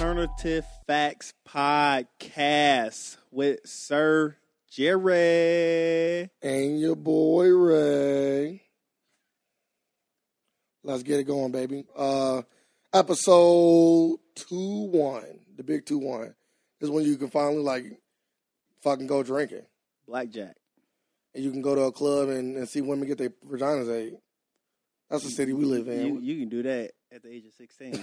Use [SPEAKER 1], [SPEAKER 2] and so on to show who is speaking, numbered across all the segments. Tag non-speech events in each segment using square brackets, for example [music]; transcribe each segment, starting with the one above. [SPEAKER 1] Relative Facts Podcast with Sir Jerry.
[SPEAKER 2] and your boy Ray. Let's get it going, baby. Uh episode two one, the big two one. This is when you can finally like fucking go drinking.
[SPEAKER 1] Blackjack.
[SPEAKER 2] And you can go to a club and, and see women get their vaginas ate. That's the city we live
[SPEAKER 1] You,
[SPEAKER 2] [laughs] in.
[SPEAKER 1] you can do that at the age of
[SPEAKER 2] [laughs]
[SPEAKER 1] 16.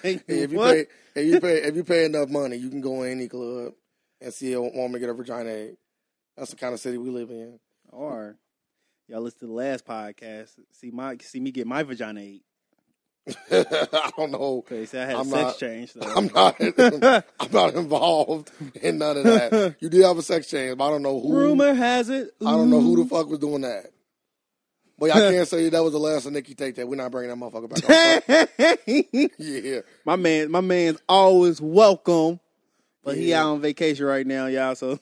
[SPEAKER 2] Hey, if you
[SPEAKER 1] What?
[SPEAKER 2] pay if you pay if you pay enough money, you can go in any club and see a woman get a vagina ate. That's the kind of city we live in. [laughs]
[SPEAKER 1] or y'all listen to the last podcast. See my see me get my vagina ate.
[SPEAKER 2] I don't know.
[SPEAKER 1] 'Cause they said I had
[SPEAKER 2] I'm
[SPEAKER 1] a sex
[SPEAKER 2] not-
[SPEAKER 1] change. So.
[SPEAKER 2] [laughs] I'm
[SPEAKER 1] [laughs]
[SPEAKER 2] not. I'm not involved in none of that. You did have a sex change, but I don't know who.
[SPEAKER 1] Rumor has it.
[SPEAKER 2] I don't know who
[SPEAKER 1] ooh.
[SPEAKER 2] the fuck was doing that. But I can't say that was the last of Nikki Take that. We're not bringing that motherfucker back.
[SPEAKER 1] [laughs]
[SPEAKER 2] up. yeah,
[SPEAKER 1] my man, my man's always welcome, but he
[SPEAKER 2] Yeah.
[SPEAKER 1] out on vacation right now, y'all. So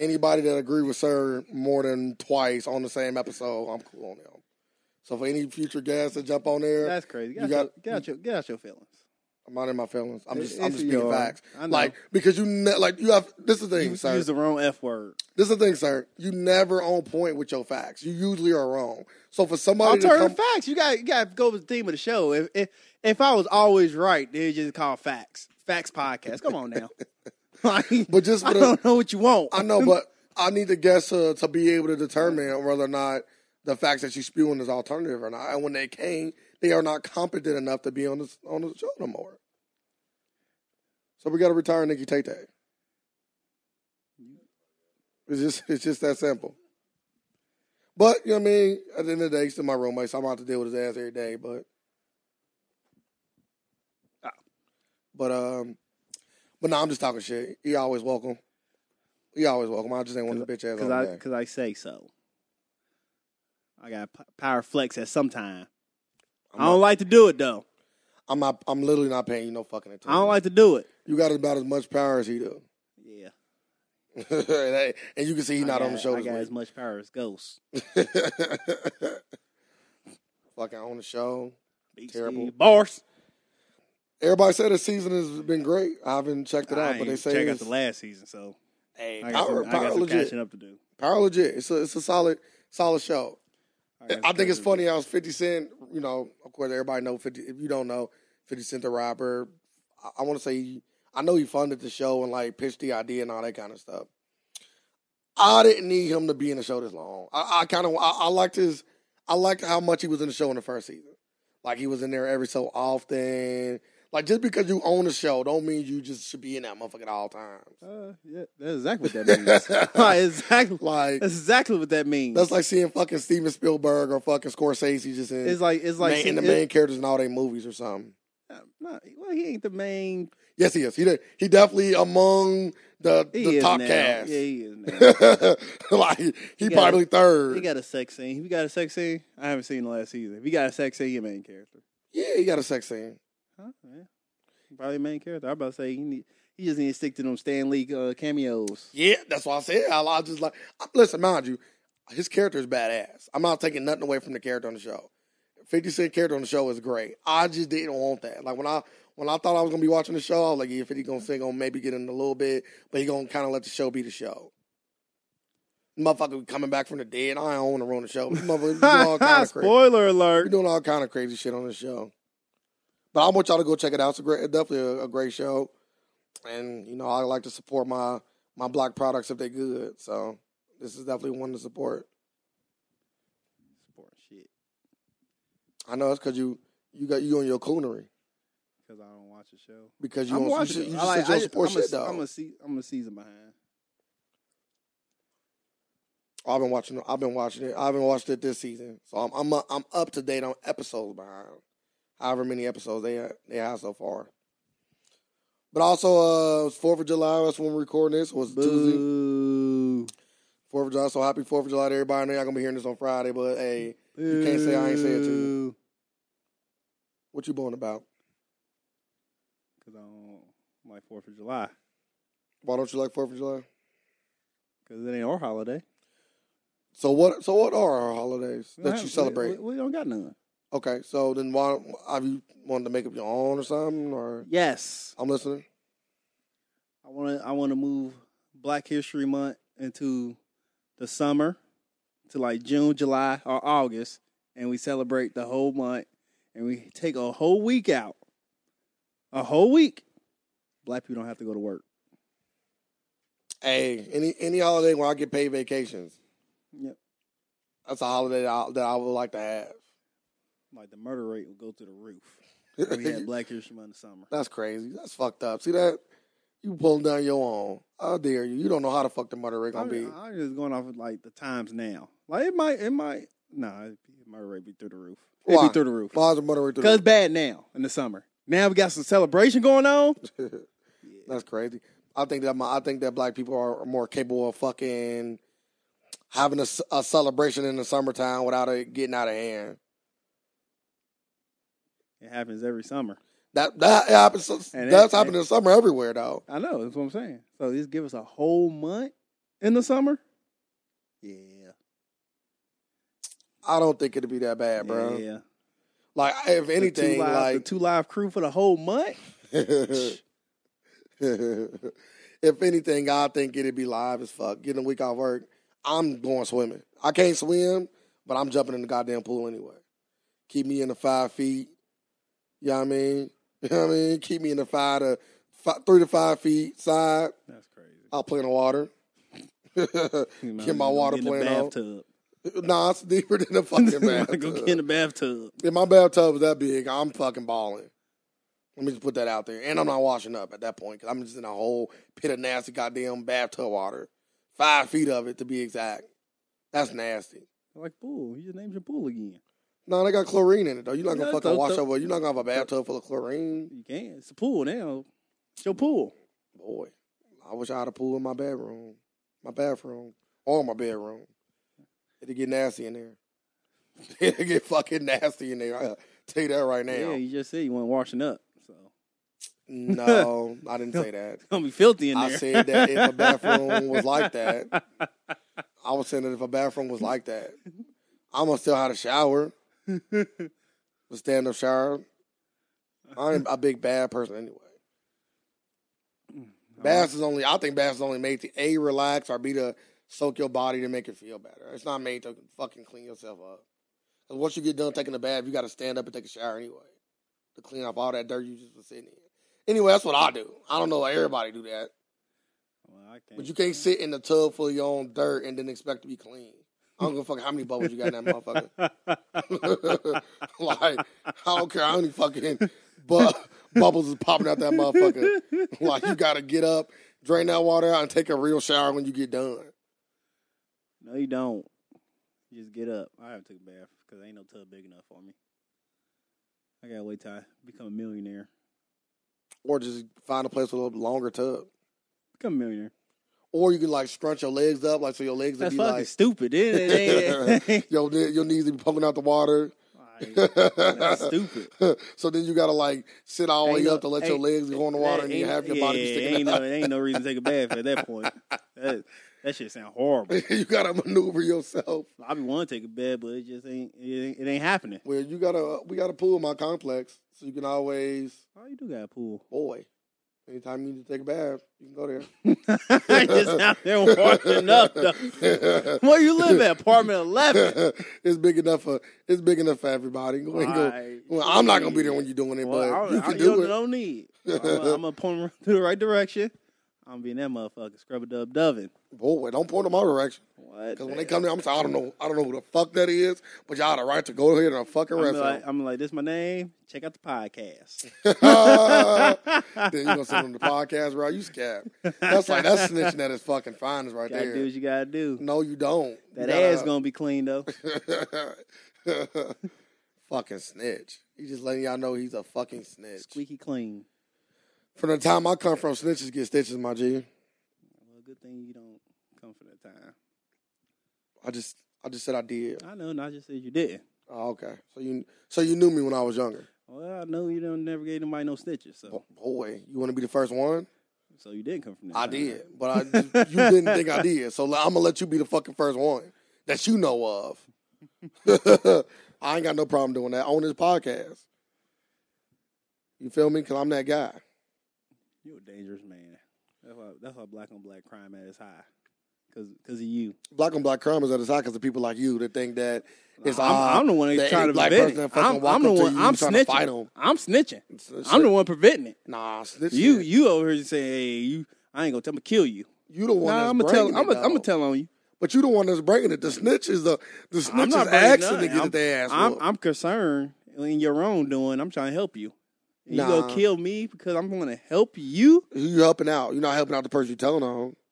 [SPEAKER 2] anybody that agree with Sir more than twice on the same episode, I'm cool on them. So for any future guests that jump on there,
[SPEAKER 1] that's crazy. Get
[SPEAKER 2] You
[SPEAKER 1] out, your,
[SPEAKER 2] got-
[SPEAKER 1] get out your get out your feelings.
[SPEAKER 2] I'm not in my feelings. I'm just,
[SPEAKER 1] It's-
[SPEAKER 2] I'm just
[SPEAKER 1] it's
[SPEAKER 2] speaking
[SPEAKER 1] your-
[SPEAKER 2] facts.
[SPEAKER 1] I know.
[SPEAKER 2] Like because you, ne- like you have. This is the thing,
[SPEAKER 1] You
[SPEAKER 2] sir.
[SPEAKER 1] used the wrong f word.
[SPEAKER 2] This is the thing, sir. You never on point with your facts. You usually are wrong. So for somebody to
[SPEAKER 1] Alternative
[SPEAKER 2] come,
[SPEAKER 1] facts. You got you got to go with the theme of the show. If if, if I was always right, they just call facts. Facts podcast. Come on now. like,
[SPEAKER 2] [laughs] but just
[SPEAKER 1] I
[SPEAKER 2] for the,
[SPEAKER 1] don't know what you want.
[SPEAKER 2] I know, but I need to guess uh, to be able to determine whether or not the facts that you spewing is alternative or not. And when they came, they are not competent enough to be on this on the show no more. So we got to retire Nikki Tate. It's just it's just that simple. But you know what I mean. At the end of the day, he's still my roommate, so I'm about to deal with his ass every day. But Ah. but um, but no, I'm just talking shit. He always welcome. He always welcome. I just ain't want the bitch ass
[SPEAKER 1] because
[SPEAKER 2] on
[SPEAKER 1] I
[SPEAKER 2] there.
[SPEAKER 1] because I say so. I got p- power flex at some time.
[SPEAKER 2] I'm
[SPEAKER 1] I don't like to do it though.
[SPEAKER 2] I'm not. I'm literally not paying you no fucking attention.
[SPEAKER 1] I don't like to do it.
[SPEAKER 2] You got about as much power as he do, [laughs]
[SPEAKER 1] Yeah,
[SPEAKER 2] and, I- and you can see he's
[SPEAKER 1] I
[SPEAKER 2] not on the
[SPEAKER 1] got-
[SPEAKER 2] show.
[SPEAKER 1] I
[SPEAKER 2] this
[SPEAKER 1] got
[SPEAKER 2] week.
[SPEAKER 1] as much power as ghosts.
[SPEAKER 2] [laughs] fucking on the show. Terrible.
[SPEAKER 1] bars.
[SPEAKER 2] Everybody said the season has been great. I haven't checked it out,
[SPEAKER 1] I
[SPEAKER 2] but they
[SPEAKER 1] ain't
[SPEAKER 2] say
[SPEAKER 1] check out
[SPEAKER 2] it's-
[SPEAKER 1] the last season, so
[SPEAKER 2] Hey,
[SPEAKER 1] I got,
[SPEAKER 2] power,
[SPEAKER 1] some, I
[SPEAKER 2] power
[SPEAKER 1] got some
[SPEAKER 2] legit.
[SPEAKER 1] catching up to do.
[SPEAKER 2] Power legit. It's a it's a solid solid show.
[SPEAKER 1] got
[SPEAKER 2] I
[SPEAKER 1] some
[SPEAKER 2] think it's
[SPEAKER 1] catching up to
[SPEAKER 2] funny how it's 50 Cent, you know, of course, everybody know 50. If you don't know, 50 Cent the rapper, I, I want to say, he- I know he funded the show and like pitched the idea and all that kind of stuff. I didn't need him to be in the show this long. I, I kind of, I, I liked his, I liked how much he was in the show in the first season. Like he was in there every so often. Like just because you own the show, don't mean you just should be in that motherfucker at all times.
[SPEAKER 1] Uh, yeah, that's exactly what that means. Like, exactly,
[SPEAKER 2] [laughs] Like
[SPEAKER 1] that's exactly what that means.
[SPEAKER 2] that's like seeing fucking Steven Spielberg or fucking Scorsese just in.
[SPEAKER 1] it's like it's like
[SPEAKER 2] main,
[SPEAKER 1] see,
[SPEAKER 2] and the
[SPEAKER 1] it-
[SPEAKER 2] main characters in all their movies or something.
[SPEAKER 1] uh, no, well, he ain't the main.
[SPEAKER 2] Yes, he is. He de- he definitely among the
[SPEAKER 1] He
[SPEAKER 2] the
[SPEAKER 1] is
[SPEAKER 2] top
[SPEAKER 1] now.
[SPEAKER 2] cast.
[SPEAKER 1] Yeah, he is now.
[SPEAKER 2] [laughs] like he,
[SPEAKER 1] got-
[SPEAKER 2] probably third.
[SPEAKER 1] he got a sex scene. If he got a sex scene. I haven't seen the last season. If he got a sex scene, he a main character.
[SPEAKER 2] yeah, he got a sex scene.
[SPEAKER 1] Huh? Yeah. Probably main character. I about to say he need. He just need to stick to them Stan Lee uh, cameos.
[SPEAKER 2] Yeah, that's why I said I, I just like I- listen, mind you, his character is badass. I'm not taking nothing away from the character on the show. Fifty Cent character on the show is great. I just didn't want that. Like when I when I thought I was gonna be watching the show, I was like, yeah, Fifty gonna sing on maybe get in a little bit, but he gonna kind of let the show be the show. Motherfucker coming back from the dead. I don't want to ruin the show. Motherfucker
[SPEAKER 1] [laughs]
[SPEAKER 2] doing all kind of crazy.
[SPEAKER 1] Spoiler
[SPEAKER 2] We're
[SPEAKER 1] alert.
[SPEAKER 2] doing all kind of crazy shit on this show. But I want y'all to go check it out. It's a great, definitely a, a great show. And you know, I like to support my my black products if they good. So this is definitely one to support.
[SPEAKER 1] Sport shit.
[SPEAKER 2] I know it's because you you got you on your coonery
[SPEAKER 1] Because I don't watch the show.
[SPEAKER 2] because you
[SPEAKER 1] I'm
[SPEAKER 2] don't- you,
[SPEAKER 1] watching.
[SPEAKER 2] should-
[SPEAKER 1] it.
[SPEAKER 2] you
[SPEAKER 1] I
[SPEAKER 2] just
[SPEAKER 1] like-
[SPEAKER 2] said you
[SPEAKER 1] I
[SPEAKER 2] don't support
[SPEAKER 1] I'm a-
[SPEAKER 2] shit though.
[SPEAKER 1] I'm a, se- I'm a season behind.
[SPEAKER 2] I've been watching. I've been watching it. I haven't watched it this season, so I'm I'm I'm up to date on episodes behind, however many episodes they they have so far. But also, uh, it's Fourth of July. That's when we're recording this. Was Tuesday.
[SPEAKER 1] Boo.
[SPEAKER 2] Fourth of July. So happy Fourth of July to everybody. I know y'all gonna be hearing this on Friday, but hey, You can't say I ain't say it to you. what you booing about?
[SPEAKER 1] Because I don't like 4th of July.
[SPEAKER 2] Why don't you like Fourth of July?
[SPEAKER 1] Because it ain't our holiday.
[SPEAKER 2] So what? So what are our holidays that
[SPEAKER 1] We-
[SPEAKER 2] you celebrate?
[SPEAKER 1] We, we don't got none.
[SPEAKER 2] Okay, so then why have you wanted to make up your own or something? Or
[SPEAKER 1] Yes,
[SPEAKER 2] I'm listening.
[SPEAKER 1] I want to. I want to move Black History Month into the summer, to like June, July, or August, and we celebrate the whole month, and we take a whole week out, a whole week. Black people don't have to go to work.
[SPEAKER 2] Hey, any any holiday where I get paid vacations.
[SPEAKER 1] Yep.
[SPEAKER 2] That's a holiday that I, that I would like to have.
[SPEAKER 1] Like the murder rate will go through the roof. if We had Black History Month in the summer.
[SPEAKER 2] [laughs] That's crazy. That's fucked up. See that? You pulling down your own. How dare you? You don't know how the fuck the murder rate gonna
[SPEAKER 1] I'm,
[SPEAKER 2] be.
[SPEAKER 1] I'm just going off of like the times now. Like it might, it might. Nah, it murder rate be through the roof. It
[SPEAKER 2] Why?
[SPEAKER 1] be through the roof.
[SPEAKER 2] Why is the murder rate?
[SPEAKER 1] Cause
[SPEAKER 2] through
[SPEAKER 1] bad now in the summer. Now we got some celebration going on.
[SPEAKER 2] [laughs] the- That's crazy. I think that my, I think that black people are more capable of fucking having a, s- a celebration in the summertime without it getting out of hand.
[SPEAKER 1] It happens every summer.
[SPEAKER 2] That that happens. That's
[SPEAKER 1] And it-
[SPEAKER 2] happening in the summer everywhere though.
[SPEAKER 1] I know. That's what I'm saying. So just give us a whole month in the summer. Yeah,
[SPEAKER 2] I don't think it'd be that bad, bro.
[SPEAKER 1] Yeah.
[SPEAKER 2] Like if
[SPEAKER 1] The
[SPEAKER 2] anything,
[SPEAKER 1] two live, the
[SPEAKER 2] like
[SPEAKER 1] two live crew for the whole month.
[SPEAKER 2] [laughs] if anything, I think it'd be live as fuck. Getting a week off work, I'm going swimming. I can't swim, but I'm jumping in the goddamn pool anyway. Keep me in the five feet. You know what I mean? [laughs] You know what I mean? Keep me in the five to five, three to five feet side.
[SPEAKER 1] That's crazy.
[SPEAKER 2] I'll play in the water. [laughs]
[SPEAKER 1] You know,
[SPEAKER 2] Uh, get my
[SPEAKER 1] you go
[SPEAKER 2] water
[SPEAKER 1] in the
[SPEAKER 2] playing on.
[SPEAKER 1] bathtub.
[SPEAKER 2] nah, it's deeper than
[SPEAKER 1] [laughs]
[SPEAKER 2] the fucking
[SPEAKER 1] Go
[SPEAKER 2] bathtub.
[SPEAKER 1] get in the bathtub.
[SPEAKER 2] If my bathtub was that big, I'm fucking balling. Let me just put that out there. And I'm not washing up at that point because I'm just in a whole pit of nasty goddamn bathtub water. Five feet of it to be exact. That's nasty.
[SPEAKER 1] Like pool. You just named your pool again.
[SPEAKER 2] No, they got chlorine in it though. You're not gonna
[SPEAKER 1] Yeah,
[SPEAKER 2] fucking
[SPEAKER 1] don't-
[SPEAKER 2] wash
[SPEAKER 1] don't-
[SPEAKER 2] up. You're not gonna have a bathtub full of chlorine.
[SPEAKER 1] You can. It's a pool now. It's your pool.
[SPEAKER 2] Boy, I wish I had a pool in my bedroom, my bathroom, or my bedroom. It'd get nasty in there. [laughs] It'd get fucking nasty in there. I tell you that right now.
[SPEAKER 1] Yeah. You just said you weren't washing up, so [laughs]
[SPEAKER 2] No, I didn't say that.
[SPEAKER 1] it's gonna be filthy in there.
[SPEAKER 2] I said that
[SPEAKER 1] [laughs]
[SPEAKER 2] if a bathroom was like that, I was saying that if a bathroom was like that, I'm gonna still have a shower, a stand up shower. I'm a big bad person anyway.
[SPEAKER 1] Uh-huh. Oh,
[SPEAKER 2] Baths is only I think baths is only made to a relax or b to soak your body to make it feel better. It's not made to fucking clean yourself up. 'Cause once you get done taking a bath, you got to stand up and take a shower anyway to clean off all that dirt you just was sitting in. Anyway, that's what I do. I don't know why everybody do that.
[SPEAKER 1] Well, I can't.
[SPEAKER 2] But you can't sit in the tub full of your own dirt and then expect to be clean. I don't give a fuck how many bubbles you got in that motherfucker. [laughs] like, I don't care how many fucking bu- bubbles is popping out that
[SPEAKER 1] [laughs]
[SPEAKER 2] motherfucker. like, you gotta get up, drain that water out, and take a real shower when you get done.
[SPEAKER 1] No, you don't. You just get up. I haven't took a bath because ain't no tub big enough for me. I gotta wait till I become a millionaire.
[SPEAKER 2] Or just find a place with a longer tub.
[SPEAKER 1] Become a millionaire.
[SPEAKER 2] Or you can, like, scrunch your legs up, like, so your legs will
[SPEAKER 1] That's
[SPEAKER 2] be
[SPEAKER 1] fucking
[SPEAKER 2] like,
[SPEAKER 1] stupid. It, it, ain't-
[SPEAKER 2] [laughs]
[SPEAKER 1] it,
[SPEAKER 2] your, ne- your knees will be pumping out the water.
[SPEAKER 1] ain't- that's stupid.
[SPEAKER 2] [laughs] so then you gotta, like, sit all the
[SPEAKER 1] Ain't
[SPEAKER 2] way
[SPEAKER 1] no-
[SPEAKER 2] up to let your
[SPEAKER 1] ain't-
[SPEAKER 2] legs go in the water and you have your body be
[SPEAKER 1] yeah,
[SPEAKER 2] sticking out.
[SPEAKER 1] ain't No, ain't no reason to take a bath at that
[SPEAKER 2] [laughs]
[SPEAKER 1] point. That, that shit sound horrible. [laughs]
[SPEAKER 2] you gotta maneuver yourself.
[SPEAKER 1] I be want to take a bath, but it just ain't. It ain't, it ain't happening.
[SPEAKER 2] Well, you gotta uh, we got a pool in my complex, so you can always
[SPEAKER 1] Oh, you do got a [laughs] pool.
[SPEAKER 2] boy. Anytime you need to take a bath, you can go
[SPEAKER 1] [laughs]
[SPEAKER 2] there.
[SPEAKER 1] just out there
[SPEAKER 2] [laughs]
[SPEAKER 1] walking up. though. Where you live at? Apartment eleven.
[SPEAKER 2] it's big enough for it's big enough for everybody. Go ahead and go.
[SPEAKER 1] Alright.
[SPEAKER 2] Well, I'm not gonna be there when you're doing it,
[SPEAKER 1] Well, I,
[SPEAKER 2] [laughs] but
[SPEAKER 1] don't-
[SPEAKER 2] you
[SPEAKER 1] I,
[SPEAKER 2] can
[SPEAKER 1] you
[SPEAKER 2] do it.
[SPEAKER 1] don't need. I'm gonna point him to the right direction. I'm being that motherfucker scrub a dub dubbing.
[SPEAKER 2] Boy, don't point in my direction.
[SPEAKER 1] What?
[SPEAKER 2] Cause when they come there, I'm saying I don't know, I don't know who the fuck that is, but y'all had a right to go here to a fucking
[SPEAKER 1] I'm
[SPEAKER 2] restaurant.
[SPEAKER 1] like, [laughs] I'm like, this my name. Check out the podcast.
[SPEAKER 2] [laughs] then you gonna send them the podcast, bro? You scab. That's like that's snitching at his fucking finest right
[SPEAKER 1] gotta
[SPEAKER 2] there.
[SPEAKER 1] do what you gotta do.
[SPEAKER 2] No, you don't.
[SPEAKER 1] That
[SPEAKER 2] You
[SPEAKER 1] ass gonna be clean though.
[SPEAKER 2] gotta- [laughs] fucking snitch. He just letting y'all know he's a fucking snitch.
[SPEAKER 1] Squeaky clean.
[SPEAKER 2] From the time I come from, snitches get stitches, my G.
[SPEAKER 1] Well, good thing you don't come for that time.
[SPEAKER 2] I just, I just said I did.
[SPEAKER 1] I know, not just said you didn't.
[SPEAKER 2] Oh, okay, so you, so you knew me when I was younger.
[SPEAKER 1] Well, I know you don't never gave nobody no stitches, so
[SPEAKER 2] Bo- Boy, you want to be the first one?
[SPEAKER 1] so you didn't come from that.
[SPEAKER 2] I
[SPEAKER 1] time.
[SPEAKER 2] did, but I, you didn't think I did. So I'm gonna let you be the fucking first one that you know of. [laughs] I ain't got no problem doing that on this podcast. You feel me? Because I'm that guy.
[SPEAKER 1] You a dangerous man. That's why that's why black on black crime at its high. Cause, Cause of you.
[SPEAKER 2] Black on black crime is at its high because of people like you that think that It's
[SPEAKER 1] I'm,
[SPEAKER 2] odd
[SPEAKER 1] I'm the one that's
[SPEAKER 2] that
[SPEAKER 1] trying
[SPEAKER 2] any
[SPEAKER 1] to
[SPEAKER 2] black
[SPEAKER 1] prevent
[SPEAKER 2] person
[SPEAKER 1] it.
[SPEAKER 2] that fucking
[SPEAKER 1] I'm,
[SPEAKER 2] walk
[SPEAKER 1] I'm the
[SPEAKER 2] up to
[SPEAKER 1] one.
[SPEAKER 2] you,
[SPEAKER 1] I'm
[SPEAKER 2] you trying to fight
[SPEAKER 1] snitching.
[SPEAKER 2] 'em.
[SPEAKER 1] I'm snitching.
[SPEAKER 2] It's- it's
[SPEAKER 1] I'm the
[SPEAKER 2] shit.
[SPEAKER 1] one preventing it.
[SPEAKER 2] nah, snitch.
[SPEAKER 1] You
[SPEAKER 2] shit.
[SPEAKER 1] you over here saying, hey, you. I ain't gonna tell. I'm gonna kill you.
[SPEAKER 2] you the one
[SPEAKER 1] Nah,
[SPEAKER 2] that's
[SPEAKER 1] I'm gonna tell.
[SPEAKER 2] bringing
[SPEAKER 1] I'm
[SPEAKER 2] it.
[SPEAKER 1] gonna I'm gonna
[SPEAKER 2] dog.
[SPEAKER 1] tell on you.
[SPEAKER 2] But you the one that's bringing it. The snitch is the the
[SPEAKER 1] I'm
[SPEAKER 2] snitch
[SPEAKER 1] not
[SPEAKER 2] is
[SPEAKER 1] bringing
[SPEAKER 2] asking to
[SPEAKER 1] nothing.
[SPEAKER 2] get
[SPEAKER 1] I'm-
[SPEAKER 2] at their ass.
[SPEAKER 1] I'm
[SPEAKER 2] whooped.
[SPEAKER 1] I'm concerned in your own doing. I'm trying to help you. And You
[SPEAKER 2] Nah.
[SPEAKER 1] gonna kill me because I'm gonna help you?
[SPEAKER 2] Who you helping out? You're not helping out the person you telling on. [laughs]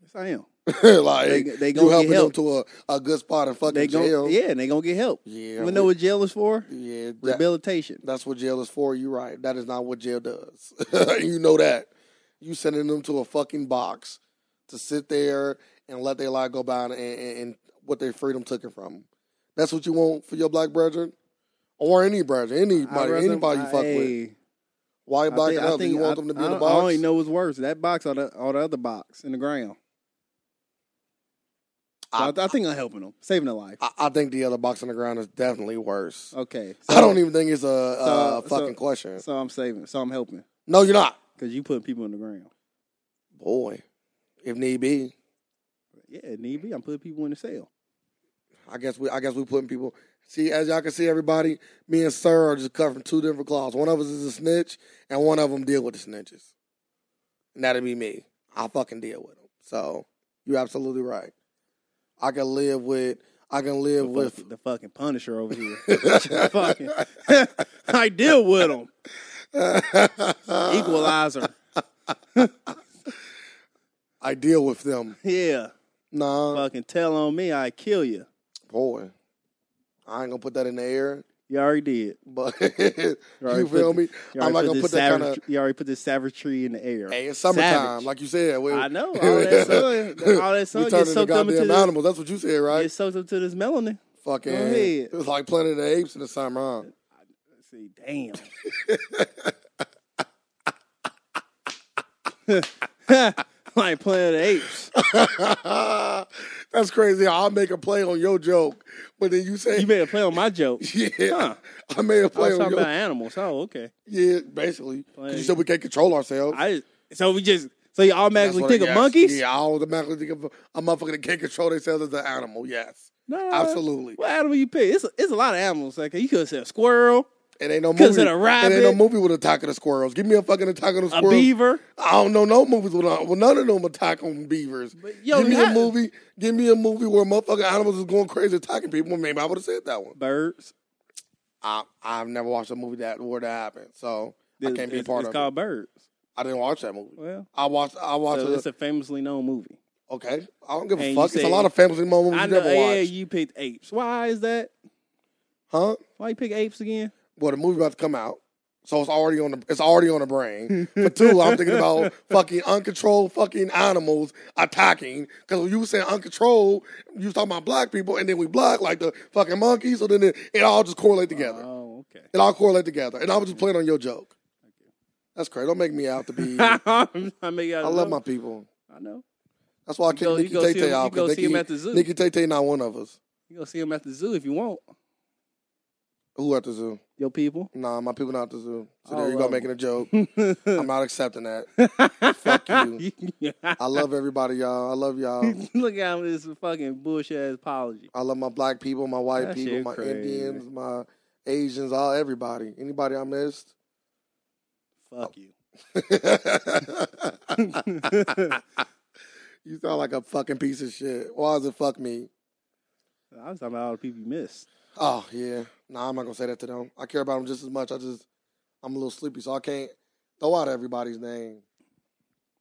[SPEAKER 1] Yes, I am.
[SPEAKER 2] like
[SPEAKER 1] They- they gonna
[SPEAKER 2] you
[SPEAKER 1] get
[SPEAKER 2] helping them
[SPEAKER 1] help.
[SPEAKER 2] to a, a good spot in fucking
[SPEAKER 1] They
[SPEAKER 2] jail.
[SPEAKER 1] going yeah, and they gonna get help.
[SPEAKER 2] yeah,
[SPEAKER 1] You know
[SPEAKER 2] we-
[SPEAKER 1] what jail is for?
[SPEAKER 2] yeah. that-
[SPEAKER 1] Rehabilitation.
[SPEAKER 2] That's what jail is for. You're right. That is not what jail does. [laughs] you know that. You sending them to a fucking box to sit there and let their life go by and, and, and what their freedom taken from them. That's what you want for your black brethren? Or any brethren,
[SPEAKER 1] I'd
[SPEAKER 2] anybody,
[SPEAKER 1] rather-
[SPEAKER 2] anybody you
[SPEAKER 1] I-
[SPEAKER 2] fuck with.
[SPEAKER 1] hey,
[SPEAKER 2] Why
[SPEAKER 1] I
[SPEAKER 2] black
[SPEAKER 1] think-
[SPEAKER 2] and
[SPEAKER 1] I
[SPEAKER 2] other?
[SPEAKER 1] think-
[SPEAKER 2] You want
[SPEAKER 1] I-
[SPEAKER 2] them to be in
[SPEAKER 1] I-
[SPEAKER 2] the
[SPEAKER 1] I
[SPEAKER 2] box?
[SPEAKER 1] only know what's worse, that box or the, or the other box in the ground. So I,
[SPEAKER 2] I,
[SPEAKER 1] I think I'm helping them, saving a life.
[SPEAKER 2] I, I think the other box on the ground is definitely worse.
[SPEAKER 1] Okay,
[SPEAKER 2] I don't even think it's a, a
[SPEAKER 1] so-
[SPEAKER 2] fucking question.
[SPEAKER 1] So I'm saving. So I'm helping
[SPEAKER 2] No, you're not.
[SPEAKER 1] because you putting people in the ground.
[SPEAKER 2] Boy, if need be.
[SPEAKER 1] Yeah, need be. I'm putting people in the cell.
[SPEAKER 2] I guess we I guess we putting people see as y'all can see everybody, me and Sir are just cut from two different cloths. One of us is a snitch and one of them deal with the snitches. And that'd be me. I fucking deal with them. So you're absolutely right. I can live with I can live
[SPEAKER 1] The
[SPEAKER 2] with
[SPEAKER 1] fucking, the fucking Punisher over
[SPEAKER 2] [laughs]
[SPEAKER 1] here. [laughs] fucking, I deal with him. Equalizer.
[SPEAKER 2] I deal with them.
[SPEAKER 1] Yeah.
[SPEAKER 2] Nah,
[SPEAKER 1] Fucking tell on me, I kill you.
[SPEAKER 2] boy. I ain't gonna put that in the air,
[SPEAKER 1] You already did.
[SPEAKER 2] but [laughs]
[SPEAKER 1] already
[SPEAKER 2] you feel
[SPEAKER 1] put-
[SPEAKER 2] me?
[SPEAKER 1] You already
[SPEAKER 2] I'm not gonna
[SPEAKER 1] this
[SPEAKER 2] put that kind
[SPEAKER 1] savage-
[SPEAKER 2] of
[SPEAKER 1] You already put this savagery in the air.
[SPEAKER 2] Hey, it's summertime,
[SPEAKER 1] Savage.
[SPEAKER 2] like you said. We, [laughs]
[SPEAKER 1] I know. All that sun, all that sun
[SPEAKER 2] we
[SPEAKER 1] gets
[SPEAKER 2] turning into
[SPEAKER 1] soaked up into
[SPEAKER 2] goddamn
[SPEAKER 1] this,
[SPEAKER 2] animals. That's what you said, right?
[SPEAKER 1] gets soaked up to this melanin.
[SPEAKER 2] Fucking,
[SPEAKER 1] Go ahead.
[SPEAKER 2] it was like Planet of the Apes in the summer, huh?
[SPEAKER 1] See,
[SPEAKER 2] [laughs]
[SPEAKER 1] damn. [laughs] like Planet of the Apes.
[SPEAKER 2] [laughs] That's crazy. I'll make a play on your joke, but then you say,
[SPEAKER 1] You made a play on my joke.
[SPEAKER 2] [laughs] yeah, I made a
[SPEAKER 1] I was
[SPEAKER 2] play on
[SPEAKER 1] talking
[SPEAKER 2] your
[SPEAKER 1] about animals. Oh, okay.
[SPEAKER 2] yeah, basically. 'Cause
[SPEAKER 1] Play-
[SPEAKER 2] you said we can't control ourselves.
[SPEAKER 1] I so we just so you
[SPEAKER 2] That's
[SPEAKER 1] automatically
[SPEAKER 2] what-
[SPEAKER 1] think of
[SPEAKER 2] yes.
[SPEAKER 1] monkeys?
[SPEAKER 2] Yeah, I automatically think of a motherfucker that can't control themselves as an animal. Yes,
[SPEAKER 1] No,
[SPEAKER 2] absolutely.
[SPEAKER 1] What animal you pick? It's a, it's a lot of animals. Like you could say a squirrel,
[SPEAKER 2] It ain't no
[SPEAKER 1] Could've
[SPEAKER 2] movie.
[SPEAKER 1] said a
[SPEAKER 2] It
[SPEAKER 1] rabbit.
[SPEAKER 2] ain't no movie with attack of the squirrels. Give me a fucking attack of the
[SPEAKER 1] a
[SPEAKER 2] squirrels.
[SPEAKER 1] beaver.
[SPEAKER 2] I don't know no movies with well, none of them attack on beavers.
[SPEAKER 1] But, yo,
[SPEAKER 2] give me
[SPEAKER 1] that-
[SPEAKER 2] a movie. Give me a movie where motherfucking animals is going crazy attacking people. Maybe I would have said that one.
[SPEAKER 1] Birds.
[SPEAKER 2] I I've never watched a movie that where that happened, so I
[SPEAKER 1] It's-
[SPEAKER 2] can't be a
[SPEAKER 1] it's-
[SPEAKER 2] part
[SPEAKER 1] It's
[SPEAKER 2] of
[SPEAKER 1] called Birds.
[SPEAKER 2] it. I didn't watch that movie.
[SPEAKER 1] Well,
[SPEAKER 2] I watched. I watched.
[SPEAKER 1] so
[SPEAKER 2] it.
[SPEAKER 1] it's a famously known movie.
[SPEAKER 2] okay, I don't give
[SPEAKER 1] And
[SPEAKER 2] a
[SPEAKER 1] you
[SPEAKER 2] fuck. it's
[SPEAKER 1] said-
[SPEAKER 2] a lot of family movies
[SPEAKER 1] I
[SPEAKER 2] you
[SPEAKER 1] know.
[SPEAKER 2] never
[SPEAKER 1] Yeah,
[SPEAKER 2] watched,
[SPEAKER 1] you picked apes. Why is that?
[SPEAKER 2] huh?
[SPEAKER 1] Why you pick apes again?
[SPEAKER 2] Well, the movie about to come out, so it's already on the it's already on
[SPEAKER 1] [laughs]
[SPEAKER 2] the brain. But two, I'm thinking about fucking uncontrolled fucking animals attacking. Because when you were saying uncontrolled, you was talking about black people, and then we black like the fucking monkeys. So then it, it all just correlate together.
[SPEAKER 1] Oh, okay.
[SPEAKER 2] it all correlate together. And I was just playing on your joke. That's crazy. Don't make me out
[SPEAKER 1] [laughs]
[SPEAKER 2] to be. I
[SPEAKER 1] I mean, I,
[SPEAKER 2] love
[SPEAKER 1] know.
[SPEAKER 2] my people.
[SPEAKER 1] I know.
[SPEAKER 2] That's why I
[SPEAKER 1] go- you
[SPEAKER 2] kicked Nikki
[SPEAKER 1] go see
[SPEAKER 2] Tate
[SPEAKER 1] him-
[SPEAKER 2] out
[SPEAKER 1] you go
[SPEAKER 2] because
[SPEAKER 1] see him at the zoo.
[SPEAKER 2] Nikki Tate not one of us.
[SPEAKER 1] You go see them at the zoo if you want.
[SPEAKER 2] Who at the zoo?
[SPEAKER 1] Your people.
[SPEAKER 2] Nah, my people not at the zoo. So
[SPEAKER 1] Oh,
[SPEAKER 2] there you go
[SPEAKER 1] well.
[SPEAKER 2] making
[SPEAKER 1] [laughs]
[SPEAKER 2] a joke. I'm not accepting that.
[SPEAKER 1] Fuck [laughs]
[SPEAKER 2] you. I love everybody, y'all. I love y'all.
[SPEAKER 1] Look at him with this fucking bullshit ass apology.
[SPEAKER 2] I love my black people, my white
[SPEAKER 1] That
[SPEAKER 2] people,
[SPEAKER 1] shit
[SPEAKER 2] my
[SPEAKER 1] crazy.
[SPEAKER 2] Indians, my Asians, all everybody. Anybody I missed? [laughs]
[SPEAKER 1] Fuck you. [laughs]
[SPEAKER 2] you sound like a fucking piece of shit. Why does it fuck me?
[SPEAKER 1] I was talking about all the people you missed.
[SPEAKER 2] Oh yeah. Nah, I'm not gonna say that to them. I care about them just as much. I just I'm a little sleepy, so I can't throw out everybody's name.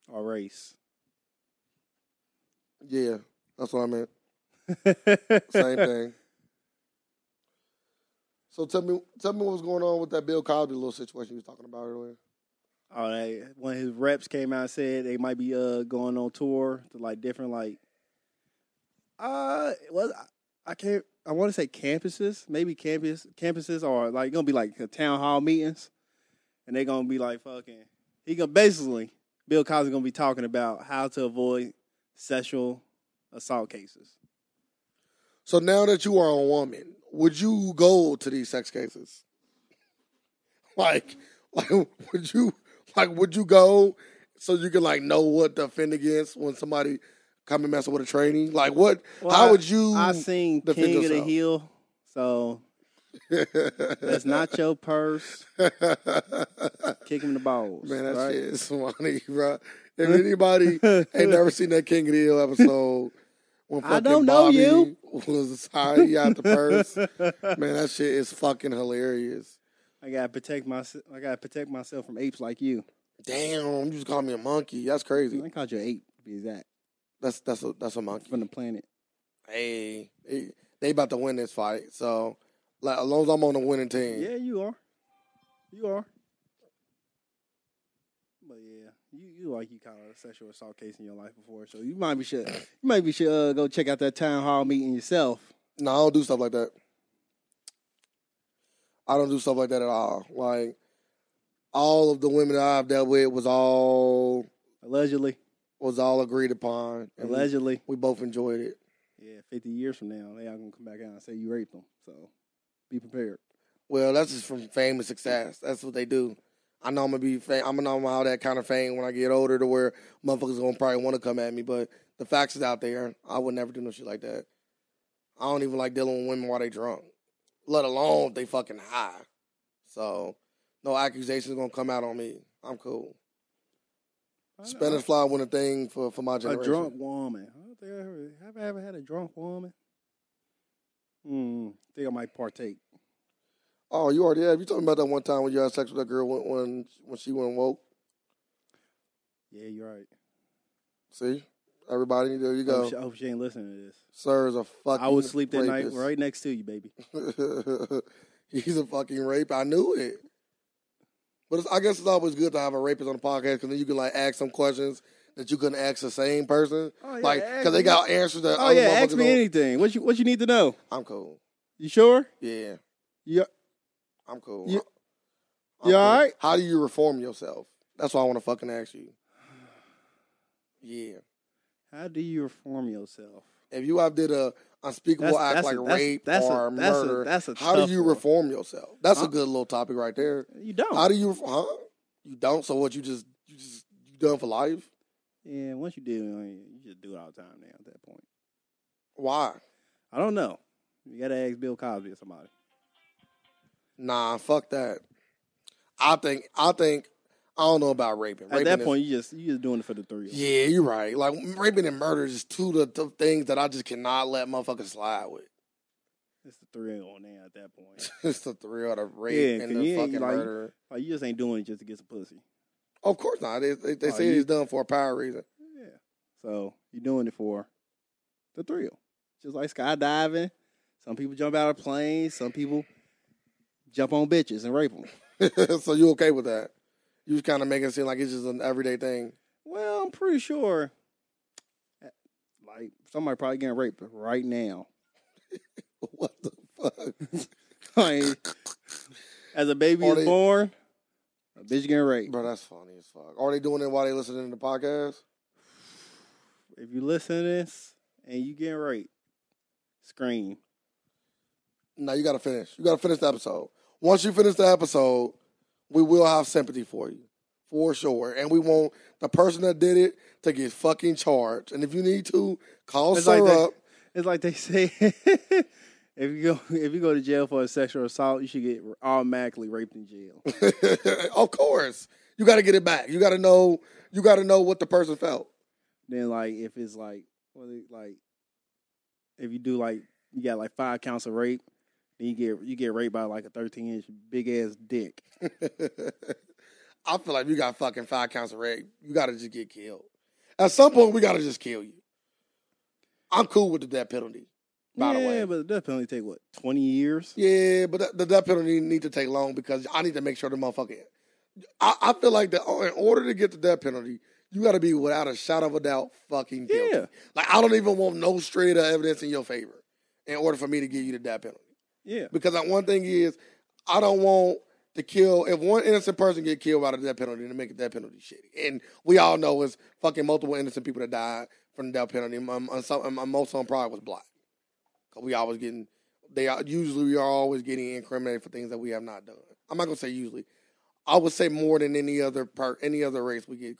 [SPEAKER 1] Or race.
[SPEAKER 2] Yeah, that's what I meant.
[SPEAKER 1] Same
[SPEAKER 2] Same thing. So tell me, tell me what was going on with that Bill Cosby little situation you was talking about earlier.
[SPEAKER 1] Oh, they, when his reps came out and said they might be uh going on tour to like different like uh well I, I can't I want to say campuses maybe campus campuses or like gonna be like a town hall meetings and they gonna be like fucking he gonna basically Bill Cosby gonna be talking about how to avoid sexual assault cases.
[SPEAKER 2] So now that you are a woman, would you go to these sex cases? [laughs] Like, like would you like would you go so you can like know what to offend against when somebody come and mess with a trainee? Like what?
[SPEAKER 1] Well,
[SPEAKER 2] how
[SPEAKER 1] I-
[SPEAKER 2] would you? [laughs]
[SPEAKER 1] I seen
[SPEAKER 2] defend
[SPEAKER 1] King of
[SPEAKER 2] yourself?
[SPEAKER 1] the Hill, so that's
[SPEAKER 2] [laughs]
[SPEAKER 1] not your purse. Kick him in the balls.
[SPEAKER 2] Man, that
[SPEAKER 1] right?
[SPEAKER 2] shit is funny,
[SPEAKER 1] [laughs]
[SPEAKER 2] bro. If anybody ain't never seen that King of the Hill episode, when
[SPEAKER 1] I
[SPEAKER 2] fucking
[SPEAKER 1] don't know
[SPEAKER 2] Bobby
[SPEAKER 1] you.
[SPEAKER 2] was high out the purse,
[SPEAKER 1] [laughs]
[SPEAKER 2] man, that shit is fucking hilarious.
[SPEAKER 1] I gotta protect my. I gotta protect myself from apes like you.
[SPEAKER 2] Damn, you just called me a monkey. That's
[SPEAKER 1] I
[SPEAKER 2] crazy.
[SPEAKER 1] ain't called you an ape. To be exact
[SPEAKER 2] That's that's a that's a monkey.
[SPEAKER 1] from the planet.
[SPEAKER 2] Hey, hey, they about to win this fight, so like, as long as I'm on the winning team,
[SPEAKER 1] Yeah, you are. You are. But yeah, you you like you caught a sexual assault case in your life before, so you might be should you might be should uh, go check out that town hall meeting yourself.
[SPEAKER 2] No, I don't do stuff like that. I don't do stuff like that at all. Like all of the women that I've dealt with was all
[SPEAKER 1] Allegedly,
[SPEAKER 2] was all agreed upon. And we-
[SPEAKER 1] allegedly.
[SPEAKER 2] we both enjoyed it.
[SPEAKER 1] Mm-hmm. Yeah, fifty years from now, they all gonna come back out and say you raped them. So be prepared.
[SPEAKER 2] Well, that's just from fame and success. That's what they do. I know I'm gonna be fam- I'm gonna know I'm all that kind of fame when I get older to where motherfuckers gonna probably wanna come at me, but the facts is out there. I would never do no shit like that. I don't even like dealing with women while they drunk. Let alone if they fucking high. So no accusations gonna come out on me. I'm cool. Spanish fly win a thing for, for my
[SPEAKER 1] Uh-huh. a
[SPEAKER 2] generation.
[SPEAKER 1] drunk woman. I don't think I ever have I ever had a drunk woman. Hmm. Think I might partake.
[SPEAKER 2] Oh, you already have. You talking about that one time when you had sex with that girl when when, when she went woke.
[SPEAKER 1] Yeah, you're right.
[SPEAKER 2] See? Everybody there you
[SPEAKER 1] I
[SPEAKER 2] go.
[SPEAKER 1] hope she, I hope she ain't listening to this.
[SPEAKER 2] Sir is a fucking.
[SPEAKER 1] I would sleep that night
[SPEAKER 2] rapist.
[SPEAKER 1] right next to you, baby.
[SPEAKER 2] [laughs] He's a fucking rape. I knew it. But it's, I guess it's always good to have a rapist on the podcast because then you can like ask some questions that you couldn't ask the same person,
[SPEAKER 1] Oh,
[SPEAKER 2] like because they got answers that.
[SPEAKER 1] Oh
[SPEAKER 2] other
[SPEAKER 1] yeah, ask
[SPEAKER 2] motherfuckers
[SPEAKER 1] me
[SPEAKER 2] don't.
[SPEAKER 1] anything. What you what you need to know?
[SPEAKER 2] I'm cool.
[SPEAKER 1] You sure?
[SPEAKER 2] Yeah,
[SPEAKER 1] You
[SPEAKER 2] I'm cool.
[SPEAKER 1] You-
[SPEAKER 2] I'm
[SPEAKER 1] you
[SPEAKER 2] cool.
[SPEAKER 1] alright?
[SPEAKER 2] How do you reform yourself? That's what I want to fucking ask you. Yeah,
[SPEAKER 1] how do you reform yourself?
[SPEAKER 2] if you outdid a unspeakable
[SPEAKER 1] That's-
[SPEAKER 2] act
[SPEAKER 1] that's a-
[SPEAKER 2] like
[SPEAKER 1] that's-
[SPEAKER 2] rape
[SPEAKER 1] that's a-
[SPEAKER 2] or
[SPEAKER 1] that's a-
[SPEAKER 2] murder,
[SPEAKER 1] that's a
[SPEAKER 2] how do
[SPEAKER 1] tough
[SPEAKER 2] you
[SPEAKER 1] one.
[SPEAKER 2] reform yourself? That's a
[SPEAKER 1] Huh?
[SPEAKER 2] good little topic right there.
[SPEAKER 1] You don't.
[SPEAKER 2] How do you? Huh? You don't. So what? You just you just you done for life?
[SPEAKER 1] yeah, once you do, I mean, you just do it all the time now. At that point,
[SPEAKER 2] Why?
[SPEAKER 1] I don't know. You gotta ask Bill Cosby or somebody.
[SPEAKER 2] Nah, fuck that. I think I think I don't know about raping.
[SPEAKER 1] At
[SPEAKER 2] raping
[SPEAKER 1] that
[SPEAKER 2] is-
[SPEAKER 1] point, you just you just doing it for the thrill.
[SPEAKER 2] yeah, you're right. Like raping and murder is two of the, the things that I just cannot let motherfuckers slide with. [laughs]
[SPEAKER 1] It's the thrill now. At that point,
[SPEAKER 2] It's the thrill of the
[SPEAKER 1] Yeah,
[SPEAKER 2] rape
[SPEAKER 1] 'cause
[SPEAKER 2] and the
[SPEAKER 1] you ain't,
[SPEAKER 2] fucking
[SPEAKER 1] like-
[SPEAKER 2] murder.
[SPEAKER 1] like you just ain't doing it just to get some pussy.
[SPEAKER 2] Of course not. They, they, they
[SPEAKER 1] Oh,
[SPEAKER 2] say
[SPEAKER 1] you-
[SPEAKER 2] it's done for a power reason. [laughs]
[SPEAKER 1] Yeah. So you're doing it for the thrill. Just like skydiving. Some people jump out of planes. Some people jump on bitches and rape them.
[SPEAKER 2] so you okay with that? You was kind of making it seem like it's just an everyday thing.
[SPEAKER 1] Well, I'm pretty sure, eh, like, somebody probably getting raped right now. [laughs]
[SPEAKER 2] [laughs] What the fuck?
[SPEAKER 1] Like, as a baby
[SPEAKER 2] Or
[SPEAKER 1] is
[SPEAKER 2] they-
[SPEAKER 1] born, a bitch getting raped.
[SPEAKER 2] Bro, that's funny as fuck. Are they doing it while they listening to the podcast?
[SPEAKER 1] If you listen to this and you getting raped, scream.
[SPEAKER 2] No, you gotta finish. You gotta finish the episode. Once you finish the episode, we will have sympathy for you. For sure. And we want the person that did it to get fucking charged. And if you need to, call
[SPEAKER 1] It's
[SPEAKER 2] sir
[SPEAKER 1] like that-
[SPEAKER 2] up.
[SPEAKER 1] It's like they [laughs] say, if you go if you go to jail for a sexual assault, you should get automatically raped in jail.
[SPEAKER 2] [laughs] of course. You gotta get it back. You gotta know you gotta know what the person felt.
[SPEAKER 1] then like if it's like what is it, like if you do like you got like five counts of rape, then you get you get raped by like a thirteen inch big ass dick.
[SPEAKER 2] [laughs] I feel like you got fucking five counts of rape. You gotta just get killed. At some point we gotta just kill you. I'm cool with the death penalty. By
[SPEAKER 1] yeah,
[SPEAKER 2] the way.
[SPEAKER 1] but the death penalty take what twenty years?
[SPEAKER 2] Yeah, but that- the death penalty need to take long because I need to make sure the motherfucker. I, I feel like that in order to get the death penalty, you got to be without a shadow of a doubt fucking guilty.
[SPEAKER 1] Yeah,
[SPEAKER 2] Like I don't even want no straight of evidence in your favor in order for me to give you the death penalty.
[SPEAKER 1] yeah.
[SPEAKER 2] Because like, one thing is, I don't want to kill if one innocent person get killed by the death penalty to make the death penalty shitty. And we all know it's fucking multiple innocent people that died from the death penalty. Um, um, some, um, most of them probably was black. 'Cause we always getting they are, usually we are always getting incriminated for things that we have not done. I'm not gonna say usually. I would say more than any other per any other race we get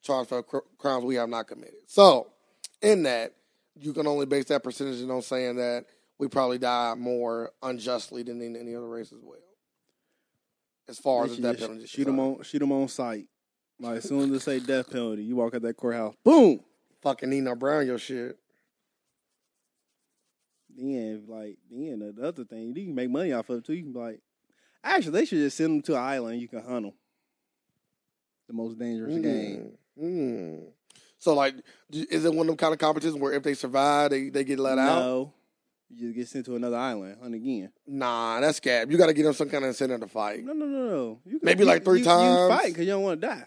[SPEAKER 2] charged for cr- crimes we have not committed. So, in that, you can only base that percentage on saying that we probably die more unjustly than in any other race as well. As far
[SPEAKER 1] They
[SPEAKER 2] as the
[SPEAKER 1] should
[SPEAKER 2] death
[SPEAKER 1] just
[SPEAKER 2] penalty, is
[SPEAKER 1] shoot them
[SPEAKER 2] concerned.
[SPEAKER 1] on shoot 'em on sight. Like as soon as they say death penalty, you walk out that courthouse, boom.
[SPEAKER 2] Fucking Nino Brown, your shit.
[SPEAKER 1] Then like then the other thing you can make money off of it too. You can be like, actually they should just send them to an island. You can hunt them. The most dangerous game.
[SPEAKER 2] Mm. Mm. So, like, d- is it one of them kind of competitions where if they survive, they, they get let out?
[SPEAKER 1] No, you just get sent to another island, hunt again.
[SPEAKER 2] Nah, that's scab. You got to give them some kind of incentive to fight.
[SPEAKER 1] No, no, no, no. You can-
[SPEAKER 2] Maybe like three
[SPEAKER 1] you,
[SPEAKER 2] times.
[SPEAKER 1] You fight because you don't want to die.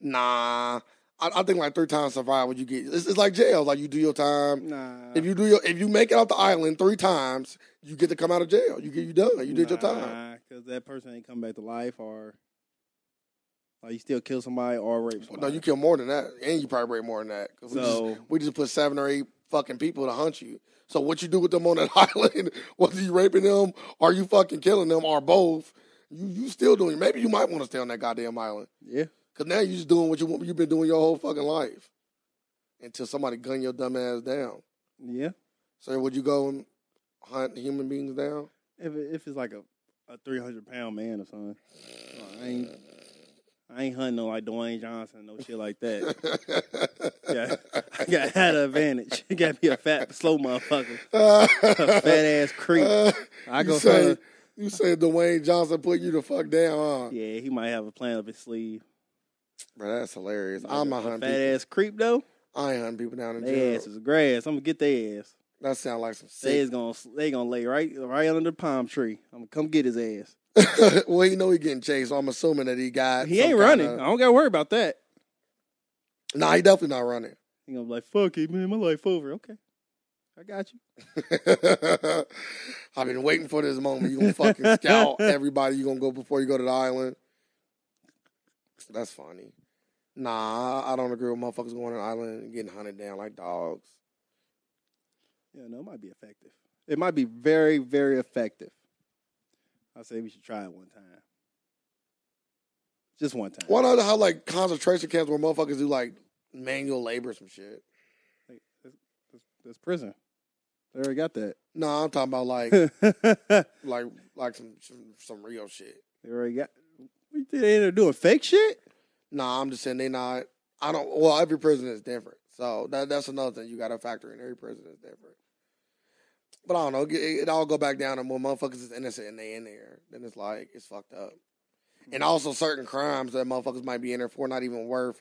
[SPEAKER 2] Nah, I, I think like three times survival, you get. It's, it's like jail. Like you do your time.
[SPEAKER 1] Nah.
[SPEAKER 2] Um, If you do your, if you make it off the island three times, you get to come out of jail. You get you done. You did your time.
[SPEAKER 1] because that person ain't come back to life, or like you still kill somebody or rape
[SPEAKER 2] Oh, No,
[SPEAKER 1] somebody.
[SPEAKER 2] you kill more than that, and you probably break more than that. 'Cause we just-
[SPEAKER 1] so
[SPEAKER 2] [laughs] we just put seven or eight fucking people to hunt you. So what you do with them on that [laughs] island, whether you raping them or you fucking killing them or both, you you still doing. Maybe you might want to stay on that goddamn island
[SPEAKER 1] yeah,
[SPEAKER 2] because now you just doing what you want- you've been doing your whole fucking life until somebody gun your dumb ass down.
[SPEAKER 1] yeah.
[SPEAKER 2] So would you go and hunt human beings down?
[SPEAKER 1] If it, if it's like a, a three hundred pound man or something, Well, I
[SPEAKER 2] [laughs]
[SPEAKER 1] ain't I ain't hunting no like Dwayne Johnson, no shit like
[SPEAKER 2] [laughs]
[SPEAKER 1] that. Yeah, [laughs] I got had an advantage. You got to be a fat slow motherfucker,
[SPEAKER 2] [laughs]
[SPEAKER 1] a fat ass creep. I
[SPEAKER 2] Uh, you
[SPEAKER 1] go
[SPEAKER 2] say
[SPEAKER 1] hunt-
[SPEAKER 2] you say Dwayne Johnson put you the fuck down, huh?
[SPEAKER 1] Yeah, he might have a plan up his sleeve.
[SPEAKER 2] Bro, that's hilarious. I'm
[SPEAKER 1] a
[SPEAKER 2] a hunting
[SPEAKER 1] fat
[SPEAKER 2] people.
[SPEAKER 1] ass creep though.
[SPEAKER 2] I ain't hunting people down in
[SPEAKER 1] Their
[SPEAKER 2] jail.
[SPEAKER 1] ass is grass. I'm gonna get their ass.
[SPEAKER 2] That sound like some
[SPEAKER 1] They
[SPEAKER 2] sick.
[SPEAKER 1] is gonna they gonna lay right right under the palm tree. I'm gonna come get his ass.
[SPEAKER 2] [laughs] well, he know he getting chased, so I'm assuming that he got.
[SPEAKER 1] He
[SPEAKER 2] some
[SPEAKER 1] ain't
[SPEAKER 2] kinda-
[SPEAKER 1] running. I don't gotta worry about that.
[SPEAKER 2] Nah, he definitely not running. [laughs]
[SPEAKER 1] He gonna be like, "Fuck it, man, my life over." Okay, I got you.
[SPEAKER 2] I've been waiting for this moment. You gonna
[SPEAKER 1] [laughs]
[SPEAKER 2] fucking scout everybody. You gonna go before you go to the island. That's funny. Nah, I don't agree with motherfuckers going to the island and getting hunted down like dogs.
[SPEAKER 1] Yeah, no, it might be effective. It might be very very effective. I say we should try it one time. Just one time.
[SPEAKER 2] Why not how like concentration camps where motherfuckers do like manual labor or some shit?
[SPEAKER 1] Like, that's, that's- that's prison. They already got
[SPEAKER 2] [laughs]
[SPEAKER 1] that.
[SPEAKER 2] Nah, I'm talking about like
[SPEAKER 1] they
[SPEAKER 2] like like some some, some real shit.
[SPEAKER 1] already got. We think they ain't doing fake shit.
[SPEAKER 2] Nah, I'm just saying they not. I don't. Well, every prison is different, so that that's another thing you got to factor in. Every prison is different. But I don't know. It, it all go back down to more motherfuckers is innocent and they in there. Then it's like it's fucked up. And also certain crimes that motherfuckers might be in there for not even worth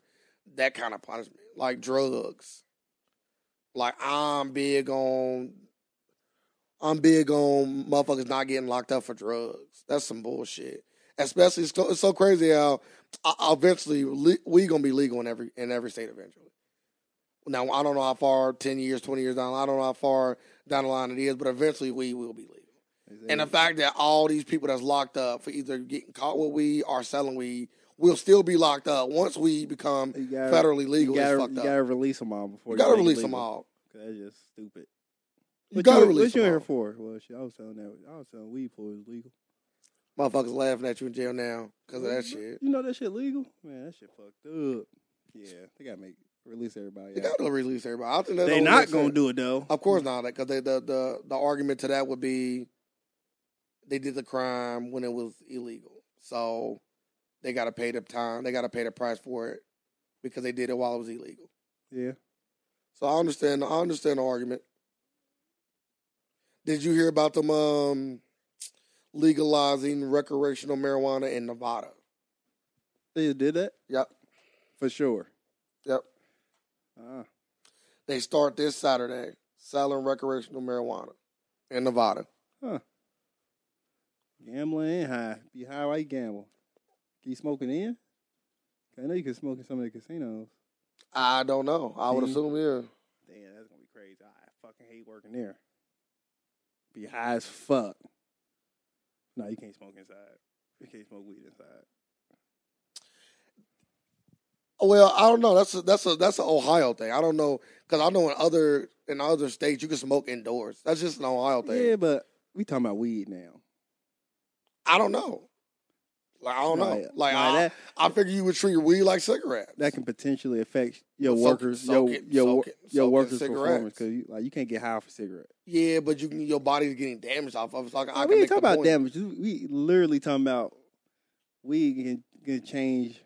[SPEAKER 2] that kind of punishment, like drugs. Like I'm big on. I'm big on motherfuckers not getting locked up for drugs. That's some bullshit. Especially it's so, it's so crazy how I- I- eventually le- we gonna be legal in every in every state eventually. Now I don't know how far ten years, twenty years down. I don't know how far down the line it is, but eventually we will be legal. And the fact that all these people that's locked up for either getting caught with weed or selling weed will still be locked up once we become
[SPEAKER 1] You gotta-
[SPEAKER 2] federally legal
[SPEAKER 1] you gotta,
[SPEAKER 2] is fucked
[SPEAKER 1] you
[SPEAKER 2] up.
[SPEAKER 1] gotta release them all before
[SPEAKER 2] you gotta
[SPEAKER 1] make it
[SPEAKER 2] release them
[SPEAKER 1] legal.
[SPEAKER 2] all.
[SPEAKER 1] 'Cause That's just stupid.
[SPEAKER 2] You gotta
[SPEAKER 1] you,
[SPEAKER 2] release
[SPEAKER 1] What you
[SPEAKER 2] them
[SPEAKER 1] in here
[SPEAKER 2] all.
[SPEAKER 1] for? Well, shit, I was telling that. I was telling weed for is legal.
[SPEAKER 2] Motherfuckers laughing at you in jail now because of that shit.
[SPEAKER 1] You know that shit legal? Man, that shit fucked up. Yeah, they gotta make release everybody.
[SPEAKER 2] You
[SPEAKER 1] Out.
[SPEAKER 2] gotta release everybody. I think that's
[SPEAKER 1] They
[SPEAKER 2] only
[SPEAKER 1] not
[SPEAKER 2] makes
[SPEAKER 1] gonna
[SPEAKER 2] sense.
[SPEAKER 1] do it though.
[SPEAKER 2] Of course not, because the the the argument to that would be they did the crime when it was illegal, so they got to pay the time, they got to pay the price for it because they did it while it was illegal.
[SPEAKER 1] Yeah,
[SPEAKER 2] So I understand, I understand the argument. Did you hear about them um, legalizing recreational marijuana in Nevada?
[SPEAKER 1] they just did that.
[SPEAKER 2] Yep.
[SPEAKER 1] for sure.
[SPEAKER 2] Yep.
[SPEAKER 1] Uh,
[SPEAKER 2] They start this Saturday selling recreational marijuana in Nevada.
[SPEAKER 1] gambling and high. Be high while you gamble. You smoking in? 'Cause I know you can smoke in some of the casinos.
[SPEAKER 2] I don't know. I would
[SPEAKER 1] See?
[SPEAKER 2] assume yeah.
[SPEAKER 1] Damn, that's gonna be crazy. I fucking hate working there. Be high as fuck. No, you can't smoke inside. You can't smoke weed inside.
[SPEAKER 2] Well, I don't know. That's a, that's a that's an Ohio thing. I don't know because I know in other in other states you can smoke indoors. That's just an Ohio thing.
[SPEAKER 1] Yeah, but We talking about weed now.
[SPEAKER 2] I don't know. Like I don't know.
[SPEAKER 1] Like-
[SPEAKER 2] Like
[SPEAKER 1] like
[SPEAKER 2] I,
[SPEAKER 1] that-
[SPEAKER 2] I figure you would treat weed like cigarettes.
[SPEAKER 1] That can potentially affect your
[SPEAKER 2] Soak-
[SPEAKER 1] workers,
[SPEAKER 2] soak
[SPEAKER 1] your
[SPEAKER 2] it-
[SPEAKER 1] your
[SPEAKER 2] soak
[SPEAKER 1] wor-
[SPEAKER 2] it-
[SPEAKER 1] your
[SPEAKER 2] soak in
[SPEAKER 1] workers'
[SPEAKER 2] cigarettes.
[SPEAKER 1] performance because you, like you can't get high for cigarettes.
[SPEAKER 2] yeah, but you can, your body's getting damaged off of it. So I, can- I
[SPEAKER 1] we
[SPEAKER 2] can
[SPEAKER 1] ain't
[SPEAKER 2] make
[SPEAKER 1] talking
[SPEAKER 2] the
[SPEAKER 1] about
[SPEAKER 2] point.
[SPEAKER 1] damage. We literally talking about weed can, can change.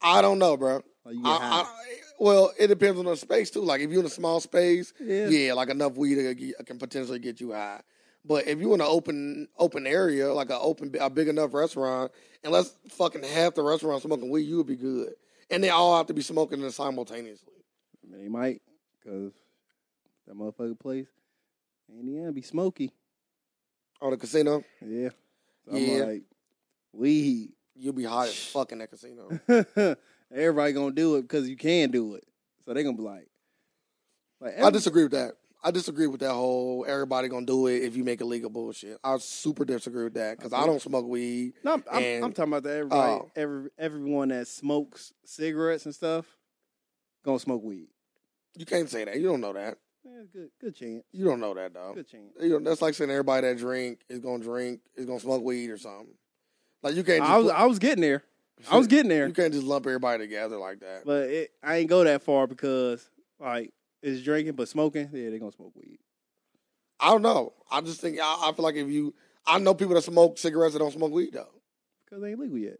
[SPEAKER 2] I don't know, bro.
[SPEAKER 1] Like you
[SPEAKER 2] I,
[SPEAKER 1] get high.
[SPEAKER 2] I, well, it depends on the space too. Like if you're in a small space,
[SPEAKER 1] yeah.
[SPEAKER 2] yeah, like enough weed to get- can potentially get you high. But if you're in an open open area, like a open a big enough restaurant, unless fucking half the restaurant smoking weed, you would be good. And they all have to be smoking it simultaneously.
[SPEAKER 1] I mean, they might because that motherfucker place Indiana be smoky.
[SPEAKER 2] On the casino,
[SPEAKER 1] Yeah. So I'm
[SPEAKER 2] Yeah.
[SPEAKER 1] like weed. [laughs]
[SPEAKER 2] you'll be high as fuck in that casino.
[SPEAKER 1] Everybody gonna do it because you can do it. So they gonna be like, like
[SPEAKER 2] I
[SPEAKER 1] every-
[SPEAKER 2] disagree with that. I disagree with that whole everybody gonna do it if you make it legal bullshit. I super disagree with that because I don't smoke weed.
[SPEAKER 1] No, I'm, I'm,
[SPEAKER 2] And-
[SPEAKER 1] I'm talking about the everybody,
[SPEAKER 2] Oh.
[SPEAKER 1] every everyone that smokes cigarettes and stuff gonna smoke weed.
[SPEAKER 2] You can't say that. You don't know that.
[SPEAKER 1] Yeah, good, good chance,
[SPEAKER 2] You don't know that though.
[SPEAKER 1] good chance.
[SPEAKER 2] Oh. You know, that's like saying everybody that drink is gonna drink is gonna smoke weed or something. Like you can't. Just
[SPEAKER 1] I was, I was getting there. I
[SPEAKER 2] [laughs]
[SPEAKER 1] was getting there,
[SPEAKER 2] You can't just lump everybody together like that.
[SPEAKER 1] but it, I ain't go that far because like it's drinking, but smoking, yeah, they gonna smoke weed.
[SPEAKER 2] I don't know. I just think I, I feel like if you, I know people that smoke cigarettes that don't smoke weed though.
[SPEAKER 1] Because they ain't legal yet.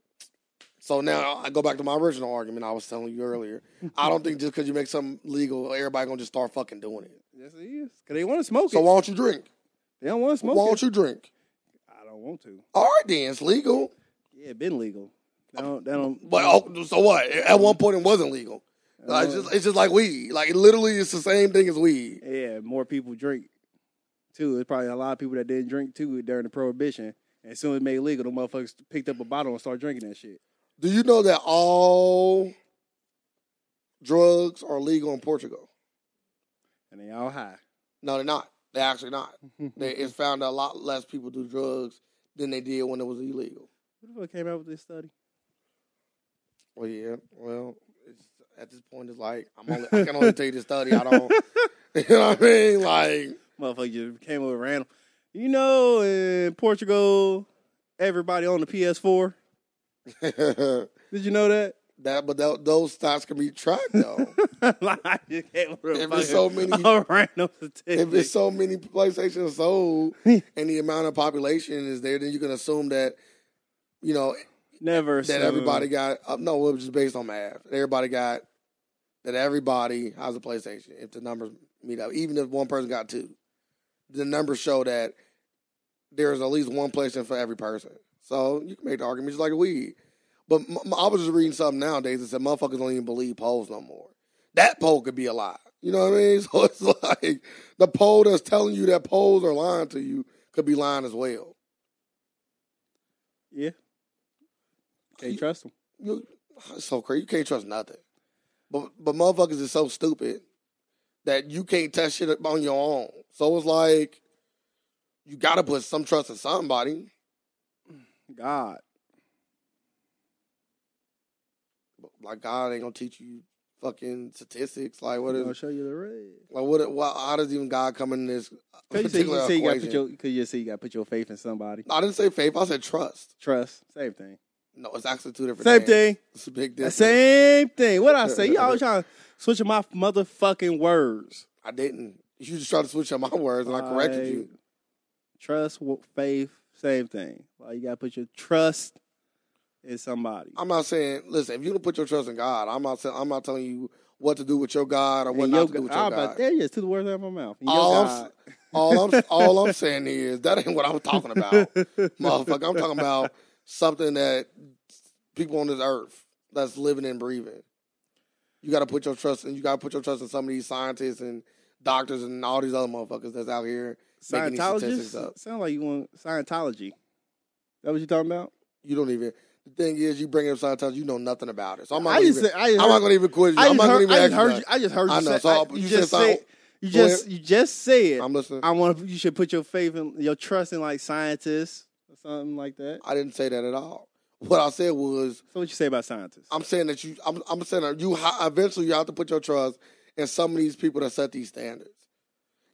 [SPEAKER 2] So now I go back to my original argument I was telling
[SPEAKER 1] [laughs]
[SPEAKER 2] you earlier. I don't think just because you make something legal, everybody gonna just start fucking doing it.
[SPEAKER 1] Yes, it is. Because they want to smoke
[SPEAKER 2] So
[SPEAKER 1] it.
[SPEAKER 2] why don't you drink?
[SPEAKER 1] They don't want to
[SPEAKER 2] Why
[SPEAKER 1] smoke
[SPEAKER 2] don't
[SPEAKER 1] it.
[SPEAKER 2] you drink?
[SPEAKER 1] I don't want to.
[SPEAKER 2] All right, then it's legal.
[SPEAKER 1] Yeah, it been legal. They don't. They don't.
[SPEAKER 2] But oh, so what? At one point, it wasn't legal.
[SPEAKER 1] they
[SPEAKER 2] Like, it's
[SPEAKER 1] don't-
[SPEAKER 2] just it's just like weed. Like it literally, it's the same thing as weed.
[SPEAKER 1] yeah, more people drink too. There's probably a lot of people that didn't drink too during the prohibition. And as soon as it made legal, the motherfuckers picked up a bottle and started drinking that shit.
[SPEAKER 2] Do you know that all drugs are legal in Portugal?
[SPEAKER 1] And they all [laughs] high.
[SPEAKER 2] No, they're not. They're actually not. They, it's found that a lot less people do drugs than they did when it was illegal.
[SPEAKER 1] Who the fuck came out with this study?
[SPEAKER 2] Well, yeah. Well, it's, at this point, it's like I'm only, I can only tell you the study. I [laughs] don't. You know what I mean? Like [laughs]
[SPEAKER 1] Motherfucker just came over random. You know, in Portugal, everybody on the PS4.
[SPEAKER 2] that,
[SPEAKER 1] Did you know that? [laughs]
[SPEAKER 2] but tho- those stocks can be tracked though. [laughs]
[SPEAKER 1] like, I just came over
[SPEAKER 2] If it's so [laughs] many-
[SPEAKER 1] [laughs] a random
[SPEAKER 2] if
[SPEAKER 1] statistic.
[SPEAKER 2] there's so many PlayStations [laughs] sold and the amount of population is there, then you can assume that you know
[SPEAKER 1] Never
[SPEAKER 2] that everybody got uh, no, it was just based on math. Everybody got that everybody has a PlayStation if the numbers meet up. Even if one person got two, the numbers show that there's at least one PlayStation for every person. So you can make the argument just like weed. But m- m- I was just reading something nowadays that said motherfuckers don't even believe polls no more. That poll could be a lie. You know what I mean? [laughs] So it's like the poll that's telling you that polls are lying to you could be lying as well.
[SPEAKER 1] Yeah. Can't trust them.
[SPEAKER 2] you it's so crazy. You can't trust nothing. But but motherfuckers is so stupid that you can't test shit on your own. So it's like you gotta put some trust in somebody.
[SPEAKER 1] God.
[SPEAKER 2] Like God ain't gonna teach you fucking statistics. Like what
[SPEAKER 1] I'm
[SPEAKER 2] is
[SPEAKER 1] gonna show you the
[SPEAKER 2] [laughs]
[SPEAKER 1] red.
[SPEAKER 2] like what? Why, how does even God come in this
[SPEAKER 1] Cause you say, you
[SPEAKER 2] particular
[SPEAKER 1] say you gotta
[SPEAKER 2] equation?
[SPEAKER 1] put your, cause you say you gotta put your faith in somebody.
[SPEAKER 2] I didn't say faith. I said trust.
[SPEAKER 1] Trust, same thing.
[SPEAKER 2] No, it's actually two different.
[SPEAKER 1] Same
[SPEAKER 2] things.
[SPEAKER 1] thing.
[SPEAKER 2] It's a big
[SPEAKER 1] The
[SPEAKER 2] difference.
[SPEAKER 1] same thing. What I say? You
[SPEAKER 2] [laughs]
[SPEAKER 1] always trying to switch my motherfucking words.
[SPEAKER 2] I didn't. You just tried to switch up my [laughs] words, and I corrected you.
[SPEAKER 1] Like, Trust, wa- faith, same thing. Like you gotta put your trust in somebody.
[SPEAKER 2] I'm not saying. Listen, if you don't put your trust in God, I'm not. Saying, I'm not telling you what to do with your God or
[SPEAKER 1] And
[SPEAKER 2] what
[SPEAKER 1] your
[SPEAKER 2] not to do
[SPEAKER 1] God-
[SPEAKER 2] with
[SPEAKER 1] ah,
[SPEAKER 2] your
[SPEAKER 1] but
[SPEAKER 2] God.
[SPEAKER 1] there you is, took the words out of my mouth. And your
[SPEAKER 2] All
[SPEAKER 1] [laughs]
[SPEAKER 2] I'm,
[SPEAKER 1] God-
[SPEAKER 2] s- all I'm, all I'm saying is that ain't what oh, I'm talking about, motherfucker. I'm talking about something that people on this earth that's living and breathing. You got to put your trust in. You got to put your trust in some of these scientists and doctors and all these other motherfuckers that's out here. making these statistics
[SPEAKER 1] Scientologist
[SPEAKER 2] up.
[SPEAKER 1] sound like you want Scientology. That what you talking about?
[SPEAKER 2] You don't even. The thing is, you bring up scientists, you know nothing about it. So I'm not.
[SPEAKER 1] I
[SPEAKER 2] gonna
[SPEAKER 1] just,
[SPEAKER 2] even,
[SPEAKER 1] said- I just
[SPEAKER 2] I'm
[SPEAKER 1] heard-
[SPEAKER 2] not going to even quiz you.
[SPEAKER 1] I just
[SPEAKER 2] I'm not going
[SPEAKER 1] heard,
[SPEAKER 2] to even
[SPEAKER 1] I
[SPEAKER 2] ask
[SPEAKER 1] just
[SPEAKER 2] you
[SPEAKER 1] heard
[SPEAKER 2] that.
[SPEAKER 1] you. I just heard you.
[SPEAKER 2] I know.
[SPEAKER 1] Say,
[SPEAKER 2] So
[SPEAKER 1] I,
[SPEAKER 2] I'll-
[SPEAKER 1] you,
[SPEAKER 2] you said
[SPEAKER 1] just
[SPEAKER 2] something.
[SPEAKER 1] said. You just you just said.
[SPEAKER 2] I'm listening.
[SPEAKER 1] I want to. You should put your faith in your trust in like scientists or something like that.
[SPEAKER 2] I didn't say that at all. What I said was,
[SPEAKER 1] So what you say about scientists?
[SPEAKER 2] I'm saying that you, I'm, I'm saying that you ha- eventually you have to put your trust in some of these people that set these standards.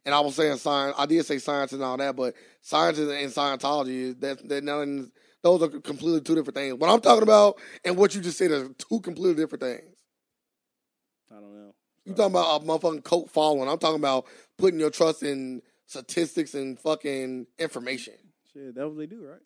[SPEAKER 2] And I was saying science. I did say science and all that, but science and and Scientology that that nothing. Those are completely two different things. What I'm talking about and what you just said are two completely different things.
[SPEAKER 1] I don't know.
[SPEAKER 2] You talking about a motherfucking cult following? I'm talking about putting your trust in statistics and fucking information.
[SPEAKER 1] Shit, that's what they do, right?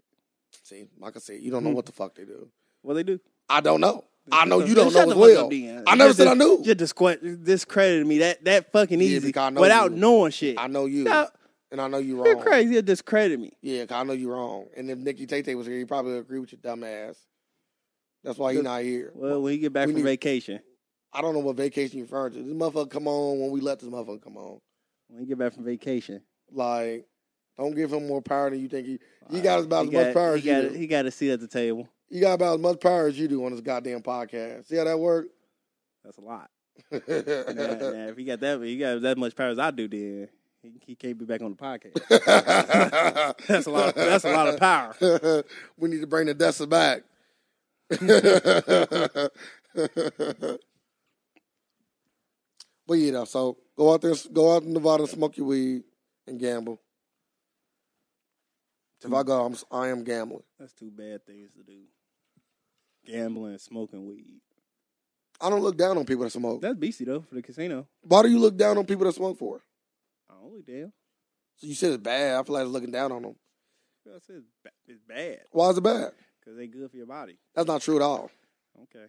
[SPEAKER 2] See, like I said, you don't know what the fuck they do.
[SPEAKER 1] What they do?
[SPEAKER 2] I don't know. I know you
[SPEAKER 1] Shut the
[SPEAKER 2] don't know as
[SPEAKER 1] fuck up,
[SPEAKER 2] well.
[SPEAKER 1] Deion.
[SPEAKER 2] I never
[SPEAKER 1] Just
[SPEAKER 2] said I
[SPEAKER 1] dis-
[SPEAKER 2] knew.
[SPEAKER 1] Just discre- discredited me that that fucking
[SPEAKER 2] Yeah,
[SPEAKER 1] easy
[SPEAKER 2] because I know
[SPEAKER 1] without
[SPEAKER 2] you.
[SPEAKER 1] knowing shit.
[SPEAKER 2] I know you,
[SPEAKER 1] Now,
[SPEAKER 2] and I know you
[SPEAKER 1] you're
[SPEAKER 2] wrong.
[SPEAKER 1] crazy. You discredit me.
[SPEAKER 2] Yeah, 'cause I know you're wrong. And if Nikki Tate was here, he probably would agree with your dumb ass. That's why he's not here.
[SPEAKER 1] Well, when you get back
[SPEAKER 2] We
[SPEAKER 1] from
[SPEAKER 2] need-
[SPEAKER 1] vacation,
[SPEAKER 2] I don't know what vacation you're referring to. This motherfucker come on when we let this motherfucker come on.
[SPEAKER 1] when you get back from vacation,
[SPEAKER 2] Like, don't give him more power than you think he. He got about
[SPEAKER 1] Uh, he
[SPEAKER 2] as
[SPEAKER 1] got,
[SPEAKER 2] much
[SPEAKER 1] he
[SPEAKER 2] power as you
[SPEAKER 1] got,
[SPEAKER 2] do.
[SPEAKER 1] he got a seat at the table.
[SPEAKER 2] You got about as much power as you do on this goddamn podcast. See how that worked?
[SPEAKER 1] That's a
[SPEAKER 2] [laughs]
[SPEAKER 1] lot. Nah, nah, if he got that, he got that much power as I do. Then he, he can't be back on the podcast.
[SPEAKER 2] [laughs]
[SPEAKER 1] That's a lot. That's a lot of power.
[SPEAKER 2] power. [laughs] we need to bring the Dessa back. [laughs] but you know, so go out there, go out in Nevada, and smoke your weed, and gamble. If I go, I'm, I am gambling.
[SPEAKER 1] That's two bad things to do: gambling, smoking weed.
[SPEAKER 2] I don't look down on people that smoke.
[SPEAKER 1] That's beastie though for the casino.
[SPEAKER 2] Why do you look down on people that smoke for?
[SPEAKER 1] I only damn.
[SPEAKER 2] So you said it's bad. I feel like it's looking down on them.
[SPEAKER 1] I said it's ba- it's bad
[SPEAKER 2] Why is it bad?
[SPEAKER 1] because they good for your body.
[SPEAKER 2] That's not true at all. [laughs]
[SPEAKER 1] Okay,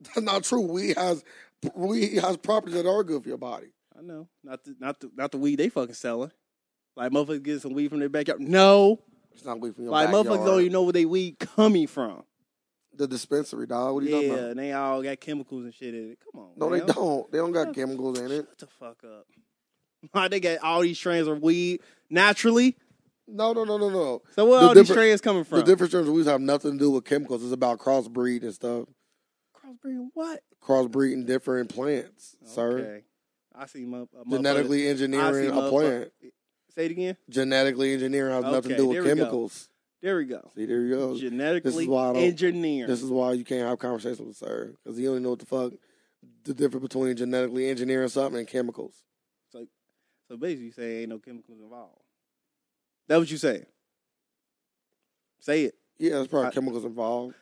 [SPEAKER 2] That's not true. Weed has weed has properties that are good for your body.
[SPEAKER 1] I know. Not the not the not the weed they fucking selling. Like motherfuckers get some weed from their backyard. No,
[SPEAKER 2] It's not good for your
[SPEAKER 1] like
[SPEAKER 2] backyard.
[SPEAKER 1] motherfuckers don't even know where they weed coming from.
[SPEAKER 2] the dispensary, dog. What are you
[SPEAKER 1] yeah,
[SPEAKER 2] talking about?
[SPEAKER 1] and they all got chemicals and shit in it. Come on,
[SPEAKER 2] No,
[SPEAKER 1] man.
[SPEAKER 2] they don't. They don't got
[SPEAKER 1] Yeah.
[SPEAKER 2] chemicals in it.
[SPEAKER 1] Shut the fuck up. [laughs] they got all these strains of weed naturally.
[SPEAKER 2] No, no, no, no, no.
[SPEAKER 1] So where
[SPEAKER 2] The
[SPEAKER 1] all these
[SPEAKER 2] different-
[SPEAKER 1] strains coming from?
[SPEAKER 2] The difference between weeds have nothing to do with chemicals. It's about crossbreed and stuff.
[SPEAKER 1] Crossbreeding what?
[SPEAKER 2] Crossbreeding different plants, sir.
[SPEAKER 1] Okay. I see my
[SPEAKER 2] Genetically engineering a
[SPEAKER 1] motherfucker-
[SPEAKER 2] plant.
[SPEAKER 1] Say it again.
[SPEAKER 2] Genetically engineering has nothing to
[SPEAKER 1] Okay,
[SPEAKER 2] do
[SPEAKER 1] there
[SPEAKER 2] with
[SPEAKER 1] we go.
[SPEAKER 2] chemicals.
[SPEAKER 1] There we go.
[SPEAKER 2] See, there you go.
[SPEAKER 1] Genetically
[SPEAKER 2] why I don't-
[SPEAKER 1] engineered.
[SPEAKER 2] This is why you can't have conversations with sir because he only know what the fuck the difference between genetically engineering something and chemicals.
[SPEAKER 1] so basically, you say ain't no chemicals involved. That what you saying? Say it.
[SPEAKER 2] Yeah, there's probably
[SPEAKER 1] I-
[SPEAKER 2] chemicals involved.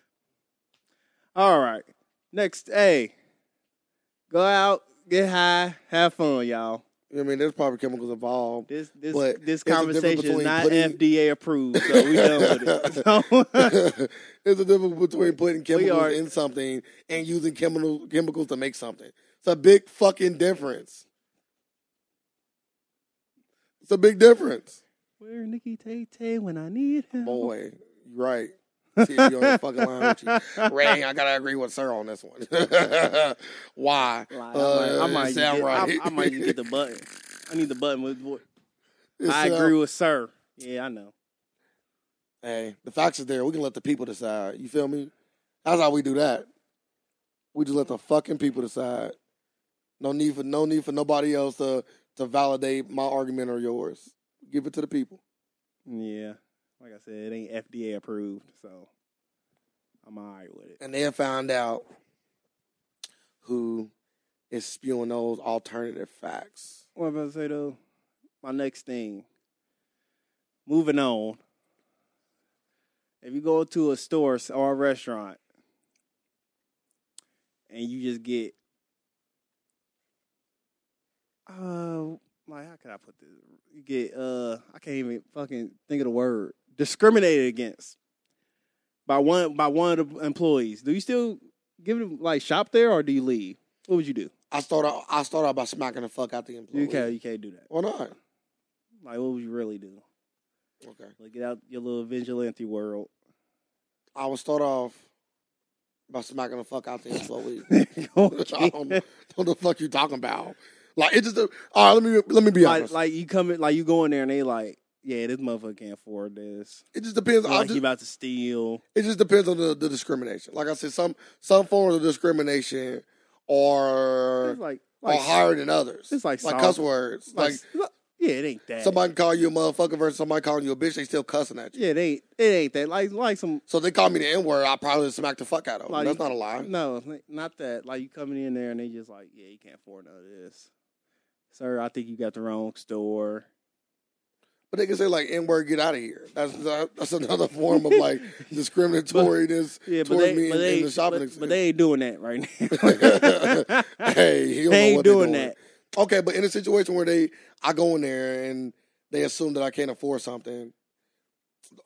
[SPEAKER 1] All right. Next, hey, go out, get high, have fun, y'all.
[SPEAKER 2] I mean, there's probably chemicals involved.
[SPEAKER 1] This this
[SPEAKER 2] But
[SPEAKER 1] this
[SPEAKER 2] there's a difference
[SPEAKER 1] conversation is
[SPEAKER 2] between
[SPEAKER 1] not
[SPEAKER 2] putting-
[SPEAKER 1] FDA approved, so we done
[SPEAKER 2] [laughs]
[SPEAKER 1] with it. So, [laughs]
[SPEAKER 2] there's a difference between putting chemicals
[SPEAKER 1] are-
[SPEAKER 2] in something and using chemical, chemicals to make something. It's a big fucking difference. It's a big difference.
[SPEAKER 1] where Nikki Tate Tay when I need him?
[SPEAKER 2] Boy, you're right. See if you're on the fucking line with you. [laughs] Ray, I gotta agree with Sir on this one. [laughs] Why?
[SPEAKER 1] Like,
[SPEAKER 2] Uh,
[SPEAKER 1] I might, I might
[SPEAKER 2] it
[SPEAKER 1] even
[SPEAKER 2] sound
[SPEAKER 1] get,
[SPEAKER 2] right.
[SPEAKER 1] I, I might even
[SPEAKER 2] [laughs]
[SPEAKER 1] get the button. I need the button with. vo-
[SPEAKER 2] It
[SPEAKER 1] I
[SPEAKER 2] sound-
[SPEAKER 1] agree with Sir. Yeah, I know.
[SPEAKER 2] Hey, the facts are there. We can let the people decide. You feel me? That's how we do that. We just let the fucking people decide. No need for no need for nobody else to to validate my argument or yours. Give it to the people.
[SPEAKER 1] Yeah, like I said, it ain't FDA approved, so I'm alright with it.
[SPEAKER 2] And then find out who is spewing those alternative facts.
[SPEAKER 1] What I'm about to say though, my next thing. Moving on. If you go to a store s- or a restaurant and you just get uh like how can I put this? You get uh I can't even fucking think of the word. Discriminated against by one by one of the employees. Do you still give them like shop there or do you leave? What would you do?
[SPEAKER 2] I start out I start out by smacking the fuck out the employee.
[SPEAKER 1] You can't you can't do that.
[SPEAKER 2] Why not?
[SPEAKER 1] Like, what would you really do?
[SPEAKER 2] Okay.
[SPEAKER 1] Like, get out your little vigilante world. [laughs]
[SPEAKER 2] I will start off by smacking the fuck out the employee. [laughs] I don't know
[SPEAKER 1] Okay.
[SPEAKER 2] [laughs] what the fuck you talking about. Like it just uh, all right. Let me let me be
[SPEAKER 1] like,
[SPEAKER 2] honest.
[SPEAKER 1] like you come in, like you go in there and they like, yeah, this motherfucker can't afford this.
[SPEAKER 2] it just depends. I
[SPEAKER 1] Like
[SPEAKER 2] just-
[SPEAKER 1] he about to steal.
[SPEAKER 2] it just depends on the, the discrimination. Like I said, some some forms of discrimination are
[SPEAKER 1] It's like,
[SPEAKER 2] are
[SPEAKER 1] like,
[SPEAKER 2] higher than others.
[SPEAKER 1] it's like
[SPEAKER 2] like
[SPEAKER 1] salt.
[SPEAKER 2] cuss words. Like,
[SPEAKER 1] like, yeah, it ain't that.
[SPEAKER 2] somebody can call you a motherfucker versus somebody calling you a bitch. They still cussing at you.
[SPEAKER 1] yeah, it ain't it ain't that. Like, like some
[SPEAKER 2] So if they call me the n word. I probably smack the fuck out of them.
[SPEAKER 1] Like,
[SPEAKER 2] That's not a lie.
[SPEAKER 1] no, like, not that. Like you coming in there and they just like, yeah, you can't afford none of this. sir, I think you got the wrong store.
[SPEAKER 2] But they can say like N word, get out of here. That's that's another form of
[SPEAKER 1] [laughs]
[SPEAKER 2] like discriminatoryness
[SPEAKER 1] Yeah, but
[SPEAKER 2] towards
[SPEAKER 1] they,
[SPEAKER 2] me
[SPEAKER 1] but
[SPEAKER 2] in,
[SPEAKER 1] they,
[SPEAKER 2] in the
[SPEAKER 1] but,
[SPEAKER 2] shopping
[SPEAKER 1] but
[SPEAKER 2] experience.
[SPEAKER 1] they ain't doing that right now.
[SPEAKER 2] [laughs] hey, he
[SPEAKER 1] they
[SPEAKER 2] don't know
[SPEAKER 1] ain't
[SPEAKER 2] what
[SPEAKER 1] doing
[SPEAKER 2] they're
[SPEAKER 1] that.
[SPEAKER 2] Okay, but in a situation where they, I go in there and they assume that I can't afford something,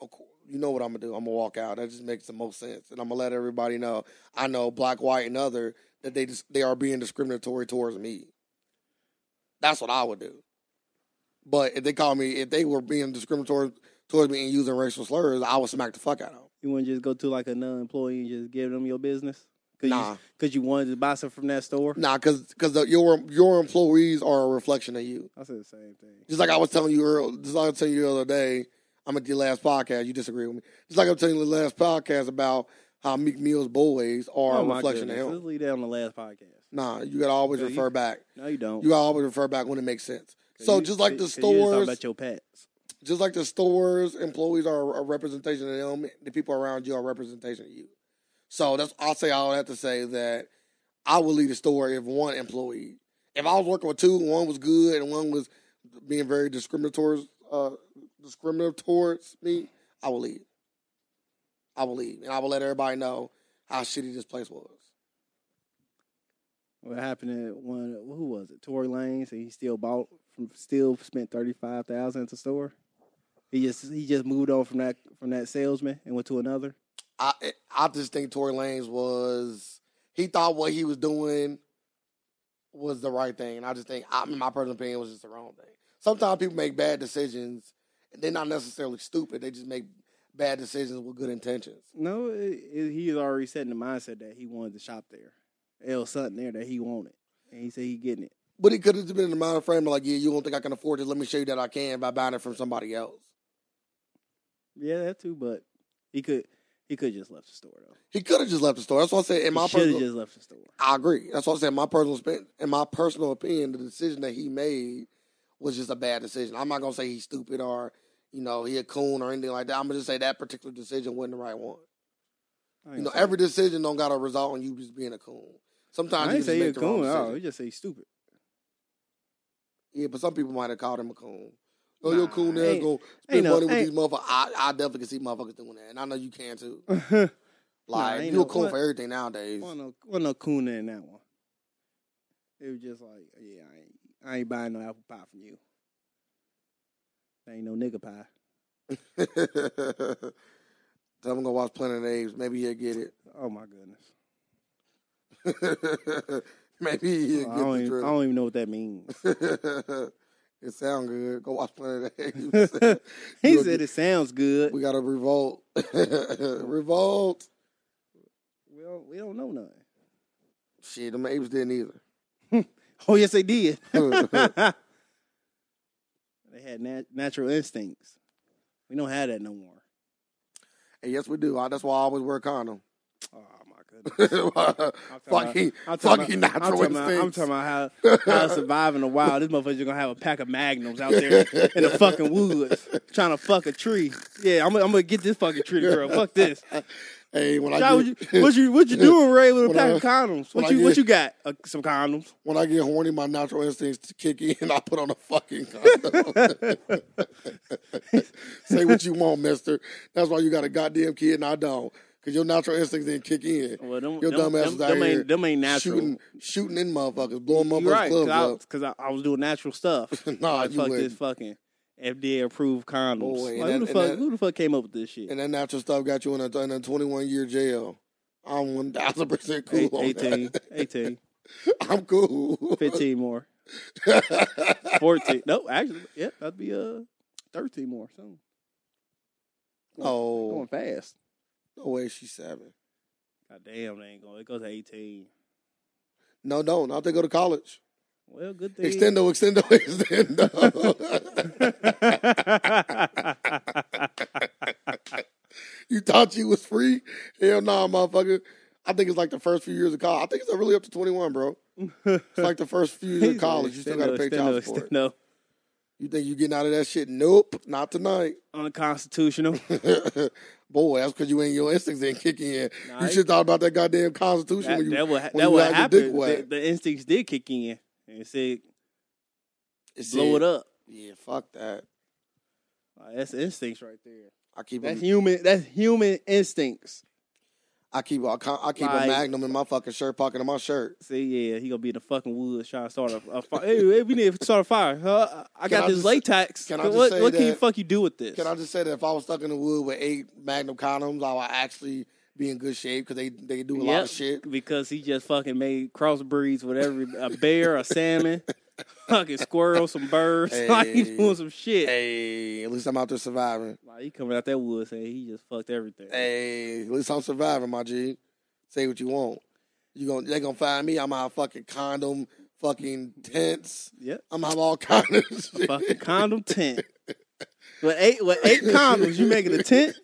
[SPEAKER 2] of cour- you know what I'm gonna do? I'm gonna walk out. That just makes the most sense, and I'm gonna let everybody know. I know black, white, and other that they just, they are being discriminatory towards me. That's what I would do. But if they call me, if they were being discriminatory towards me and using racial slurs, I would smack the fuck out of them.
[SPEAKER 1] You wouldn't just go to like another employee and just give them your business? Cause
[SPEAKER 2] Nah,
[SPEAKER 1] You, Cause you wanted to buy something from that store?
[SPEAKER 2] nah, because because your your employees are a reflection of you.
[SPEAKER 1] I said the same thing.
[SPEAKER 2] Just like I was telling you earlier, just like I was telling you the other day, I'm at the last podcast. You disagree with me. Just like I'm telling you the last podcast about how Meek Mill's boys are
[SPEAKER 1] oh
[SPEAKER 2] a
[SPEAKER 1] my
[SPEAKER 2] reflection
[SPEAKER 1] goodness.
[SPEAKER 2] of him.
[SPEAKER 1] Let's leave that on the last podcast.
[SPEAKER 2] Nah, you gotta always
[SPEAKER 1] Yeah, you- Oh.
[SPEAKER 2] refer back.
[SPEAKER 1] No, you don't.
[SPEAKER 2] You gotta always refer back when it makes sense. So just like the
[SPEAKER 1] talking
[SPEAKER 2] stores,
[SPEAKER 1] about your pets.
[SPEAKER 2] just like the stores, employees are a representation of them. The people around you are a representation of you. So that's I'll say all that to say that I would leave the store if one employee, if I was working with two, one was good and one was being very discriminatory, uh, discriminative towards me, I would leave. I would leave, and I would let everybody know how shitty this place was.
[SPEAKER 1] What happened to one? Who was it? Tory Lanez, and he still bought from, still spent thirty five thousand at the store. He just he just moved on from that from that salesman and went to another.
[SPEAKER 2] I I just think Tory Lanez was he thought what he was doing was the right thing, and I just think I mean, my personal opinion was just the wrong thing. Sometimes people make bad decisions, and they're not necessarily stupid. They just make bad decisions with good intentions.
[SPEAKER 1] No, it, it, he was already set in the mindset that he wanted to shop there. It was something there that he wanted, and he said he getting it.
[SPEAKER 2] But he could have been in the mind frame of like, yeah, you don't think I can afford this? Let me show you that I can by buying it from somebody else.
[SPEAKER 1] Yeah, that too. But he could he could just left the store though.
[SPEAKER 2] He could have just left the store. That's why I said in my
[SPEAKER 1] he should
[SPEAKER 2] personal,
[SPEAKER 1] have just left the store.
[SPEAKER 2] I agree. That's why I said my personal spin, in my personal opinion, the decision that he made was just a bad decision. I'm not gonna say he's stupid or you know he a coon or anything like that. I'm gonna just say that particular decision wasn't the right one.
[SPEAKER 1] I ain't
[SPEAKER 2] You know,
[SPEAKER 1] gonna say-
[SPEAKER 2] every decision don't gotta result in you just being a coon. Sometimes
[SPEAKER 1] I
[SPEAKER 2] you
[SPEAKER 1] didn't
[SPEAKER 2] just
[SPEAKER 1] say he
[SPEAKER 2] make
[SPEAKER 1] a
[SPEAKER 2] the wrong
[SPEAKER 1] coon. at all.
[SPEAKER 2] decision.
[SPEAKER 1] He just say he stupid.
[SPEAKER 2] Yeah, but some people might have called him a coon. Oh,
[SPEAKER 1] Nah,
[SPEAKER 2] you're coon there
[SPEAKER 1] ain't-
[SPEAKER 2] go
[SPEAKER 1] ain't
[SPEAKER 2] spend
[SPEAKER 1] no-
[SPEAKER 2] money with
[SPEAKER 1] ain't-
[SPEAKER 2] these motherfuckers. I, I definitely can see motherfuckers doing that, and I know you can too.
[SPEAKER 1] [laughs] wasn't
[SPEAKER 2] Like
[SPEAKER 1] ain't
[SPEAKER 2] you're
[SPEAKER 1] no-
[SPEAKER 2] a coon
[SPEAKER 1] what-
[SPEAKER 2] for everything nowadays. [laughs]
[SPEAKER 1] no wasn't no coon in that one. It was just like, yeah, I ain't I ain't buying no apple pie from you. ain't no nigga pie.
[SPEAKER 2] Tell him I'm gonna watch Planet of the Apes. Maybe he'll get it.
[SPEAKER 1] Oh my goodness.
[SPEAKER 2] [laughs] Maybe
[SPEAKER 1] I
[SPEAKER 2] he'll get
[SPEAKER 1] don't, even, I
[SPEAKER 2] the drill.
[SPEAKER 1] don't even know what that
[SPEAKER 2] [laughs]
[SPEAKER 1] means.
[SPEAKER 2] it sound good. Go watch Planet [laughs] of
[SPEAKER 1] [laughs] he
[SPEAKER 2] the You'll
[SPEAKER 1] said
[SPEAKER 2] get-
[SPEAKER 1] it sounds good.
[SPEAKER 2] Apes. we
[SPEAKER 1] We,
[SPEAKER 2] got a revolt. [laughs] revolt.
[SPEAKER 1] don't we don't know nothing.
[SPEAKER 2] Shit, them apes didn't either. [laughs]
[SPEAKER 1] Oh yes they did. they had nat- natural instincts. We don't have that no more.
[SPEAKER 2] And yes, we do. I- That's why I always wear a condom. [laughs]
[SPEAKER 1] Oh my goodness. I'm talking about-
[SPEAKER 2] fucking,
[SPEAKER 1] [laughs] I'm talking
[SPEAKER 2] fucking
[SPEAKER 1] about- I'm
[SPEAKER 2] natural
[SPEAKER 1] talking, about, I'm
[SPEAKER 2] instincts.
[SPEAKER 1] talking about how How to survive in the wild. This motherfucker's gonna have a pack of magnums out there in the fucking woods trying to fuck a tree. Yeah, I'm, gonna- I'm gonna get this fucking tree to grow. Fuck
[SPEAKER 2] [laughs]
[SPEAKER 1] this.
[SPEAKER 2] [laughs] hey, when
[SPEAKER 1] Shy,
[SPEAKER 2] I
[SPEAKER 1] what, you,
[SPEAKER 2] get,
[SPEAKER 1] what you what you doing, Ray, with a
[SPEAKER 2] When
[SPEAKER 1] pack
[SPEAKER 2] I-
[SPEAKER 1] of condoms?
[SPEAKER 2] when
[SPEAKER 1] What
[SPEAKER 2] I
[SPEAKER 1] you what
[SPEAKER 2] get-
[SPEAKER 1] you got? Uh, some condoms.
[SPEAKER 2] [laughs] when I get horny, my natural instincts to kick in. [laughs] I put on a fucking condom. [laughs] Say what you want, Mister. That's why you got a goddamn kid, and I don't, because your natural instincts didn't kick in.
[SPEAKER 1] Well, them,
[SPEAKER 2] Your
[SPEAKER 1] them,
[SPEAKER 2] dumb asses
[SPEAKER 1] them,
[SPEAKER 2] out
[SPEAKER 1] them
[SPEAKER 2] here
[SPEAKER 1] ain't them ain't natural.
[SPEAKER 2] Shooting, shooting in motherfuckers, blowing
[SPEAKER 1] You
[SPEAKER 2] motherfuckers'
[SPEAKER 1] right?
[SPEAKER 2] clubs up.
[SPEAKER 1] Because I, I, was doing natural stuff.
[SPEAKER 2] [laughs] nah,
[SPEAKER 1] like,
[SPEAKER 2] you
[SPEAKER 1] fuck this
[SPEAKER 2] wouldn't.
[SPEAKER 1] fucking FDA approved condoms.
[SPEAKER 2] Boy, and
[SPEAKER 1] like, who the
[SPEAKER 2] that- and
[SPEAKER 1] fuck
[SPEAKER 2] that-
[SPEAKER 1] who the fuck came up with this shit?
[SPEAKER 2] And that natural stuff got you in a, in a 21 year jail. I'm 1,000 percent [laughs] cool.
[SPEAKER 1] Eight-
[SPEAKER 2] on
[SPEAKER 1] 18,
[SPEAKER 2] that.
[SPEAKER 1] 18,
[SPEAKER 2] I'm cool. [laughs]
[SPEAKER 1] 15 more. 14. No, actually, yeah, that'd be uh 13 more. So
[SPEAKER 2] oh,
[SPEAKER 1] going fast.
[SPEAKER 2] no way, she's seven.
[SPEAKER 1] God damn, they ain't going. It goes to 18.
[SPEAKER 2] No, don't. Not to go to college.
[SPEAKER 1] Well, good thing. [laughs]
[SPEAKER 2] Extendo, extendo, [laughs] extendo. you thought you was free? Hell nah, motherfucker. I think it's like the first few years of college. I think it's really up to 21, bro. It's like the first few
[SPEAKER 1] [laughs]
[SPEAKER 2] years of college. You still got to pay child support.
[SPEAKER 1] No,
[SPEAKER 2] You think you getting out of that shit? Nope, not tonight. [laughs]
[SPEAKER 1] unconstitutional.
[SPEAKER 2] Boy, that's because you ain't your instincts didn't kick in.
[SPEAKER 1] Nah,
[SPEAKER 2] you
[SPEAKER 1] it-
[SPEAKER 2] should have thought about that goddamn constitution
[SPEAKER 1] that
[SPEAKER 2] when you
[SPEAKER 1] that would
[SPEAKER 2] when
[SPEAKER 1] that
[SPEAKER 2] you
[SPEAKER 1] would
[SPEAKER 2] had your dick
[SPEAKER 1] happen.
[SPEAKER 2] wet.
[SPEAKER 1] The, the instincts did kick in and said,
[SPEAKER 2] It's
[SPEAKER 1] blow it up.
[SPEAKER 2] Yeah, fuck that.
[SPEAKER 1] Like, that's instincts right there.
[SPEAKER 2] I keep
[SPEAKER 1] That's
[SPEAKER 2] a,
[SPEAKER 1] human. That's human instincts.
[SPEAKER 2] I keep a, con- I keep
[SPEAKER 1] Like-
[SPEAKER 2] a magnum in my fucking shirt pocket of my shirt.
[SPEAKER 1] See, yeah, he gonna be in the fucking woods trying to start a, a fire. hey, hey, we need to start a fire. Huh? I
[SPEAKER 2] Can
[SPEAKER 1] got
[SPEAKER 2] I
[SPEAKER 1] this
[SPEAKER 2] just-
[SPEAKER 1] latex.
[SPEAKER 2] can I
[SPEAKER 1] what
[SPEAKER 2] just say
[SPEAKER 1] what can you
[SPEAKER 2] that-
[SPEAKER 1] fuck you do with this?
[SPEAKER 2] Can I just say that if I was stuck in the wood with eight magnum condoms, I would actually be in good shape because they they do a lot
[SPEAKER 1] Yep,
[SPEAKER 2] of shit.
[SPEAKER 1] because he just fucking made crossbreeds with every a bear, a
[SPEAKER 2] [laughs]
[SPEAKER 1] salmon, fucking squirrel, some birds. [laughs] Like he's
[SPEAKER 2] Hey.
[SPEAKER 1] doing some shit.
[SPEAKER 2] Hey, at least I'm out there surviving.
[SPEAKER 1] Like he coming out that wood saying he just fucked everything.
[SPEAKER 2] Hey, at least I'm surviving, my G. Say what you want. You gonna they gonna find me? I'm out fucking condom, fucking tents.
[SPEAKER 1] Yep.
[SPEAKER 2] I'm out all [laughs] kinds of shit.
[SPEAKER 1] Fucking condom
[SPEAKER 2] [laughs]
[SPEAKER 1] tent. With eight with eight condoms, you making a tent?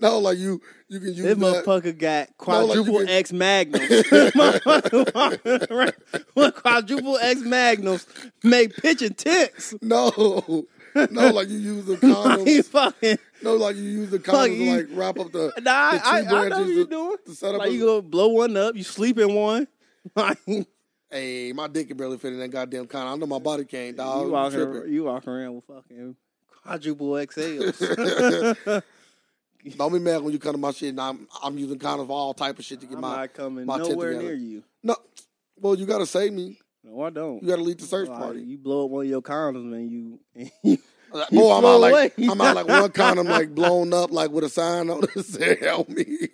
[SPEAKER 2] No, like you you can use
[SPEAKER 1] This
[SPEAKER 2] that.
[SPEAKER 1] motherfucker got
[SPEAKER 2] No, like you
[SPEAKER 1] quadruple
[SPEAKER 2] can-
[SPEAKER 1] X
[SPEAKER 2] [laughs]
[SPEAKER 1] magnums. [laughs] This motherfucker walking around with [laughs] quadruple X magnums make pitching tents.
[SPEAKER 2] no, no, like
[SPEAKER 1] [laughs]
[SPEAKER 2] you use the condoms.
[SPEAKER 1] He fucking
[SPEAKER 2] No, like you use the
[SPEAKER 1] Fuck,
[SPEAKER 2] condoms
[SPEAKER 1] you-
[SPEAKER 2] to like wrap up the
[SPEAKER 1] nah, I,
[SPEAKER 2] the tree
[SPEAKER 1] I, I know
[SPEAKER 2] branches
[SPEAKER 1] what you're
[SPEAKER 2] to-
[SPEAKER 1] doing.
[SPEAKER 2] to set up.
[SPEAKER 1] Like
[SPEAKER 2] a-
[SPEAKER 1] you gonna blow one up, you sleep in one. [laughs] Like you
[SPEAKER 2] hey, my dick can barely fit in that goddamn condom. I know my body can't, dog.
[SPEAKER 1] walking, ar- you walking around with fucking quadruple
[SPEAKER 2] [laughs]
[SPEAKER 1] XLs.
[SPEAKER 2] Don't be mad when you come to my shit and I'm I'm using condoms for all type of shit to
[SPEAKER 1] [laughs]
[SPEAKER 2] get
[SPEAKER 1] I'm
[SPEAKER 2] my
[SPEAKER 1] not coming
[SPEAKER 2] my tent
[SPEAKER 1] nowhere
[SPEAKER 2] together.
[SPEAKER 1] near you.
[SPEAKER 2] no. Well, you gotta save me.
[SPEAKER 1] No, I don't.
[SPEAKER 2] You gotta lead the search
[SPEAKER 1] Like,
[SPEAKER 2] party.
[SPEAKER 1] You blow up one of your condoms, and you, [laughs] and you
[SPEAKER 2] Uh,
[SPEAKER 1] You
[SPEAKER 2] Boy, I'm out
[SPEAKER 1] throw
[SPEAKER 2] like
[SPEAKER 1] away.
[SPEAKER 2] I'm out like one condom like blown up like with a sign on it [laughs] said help me.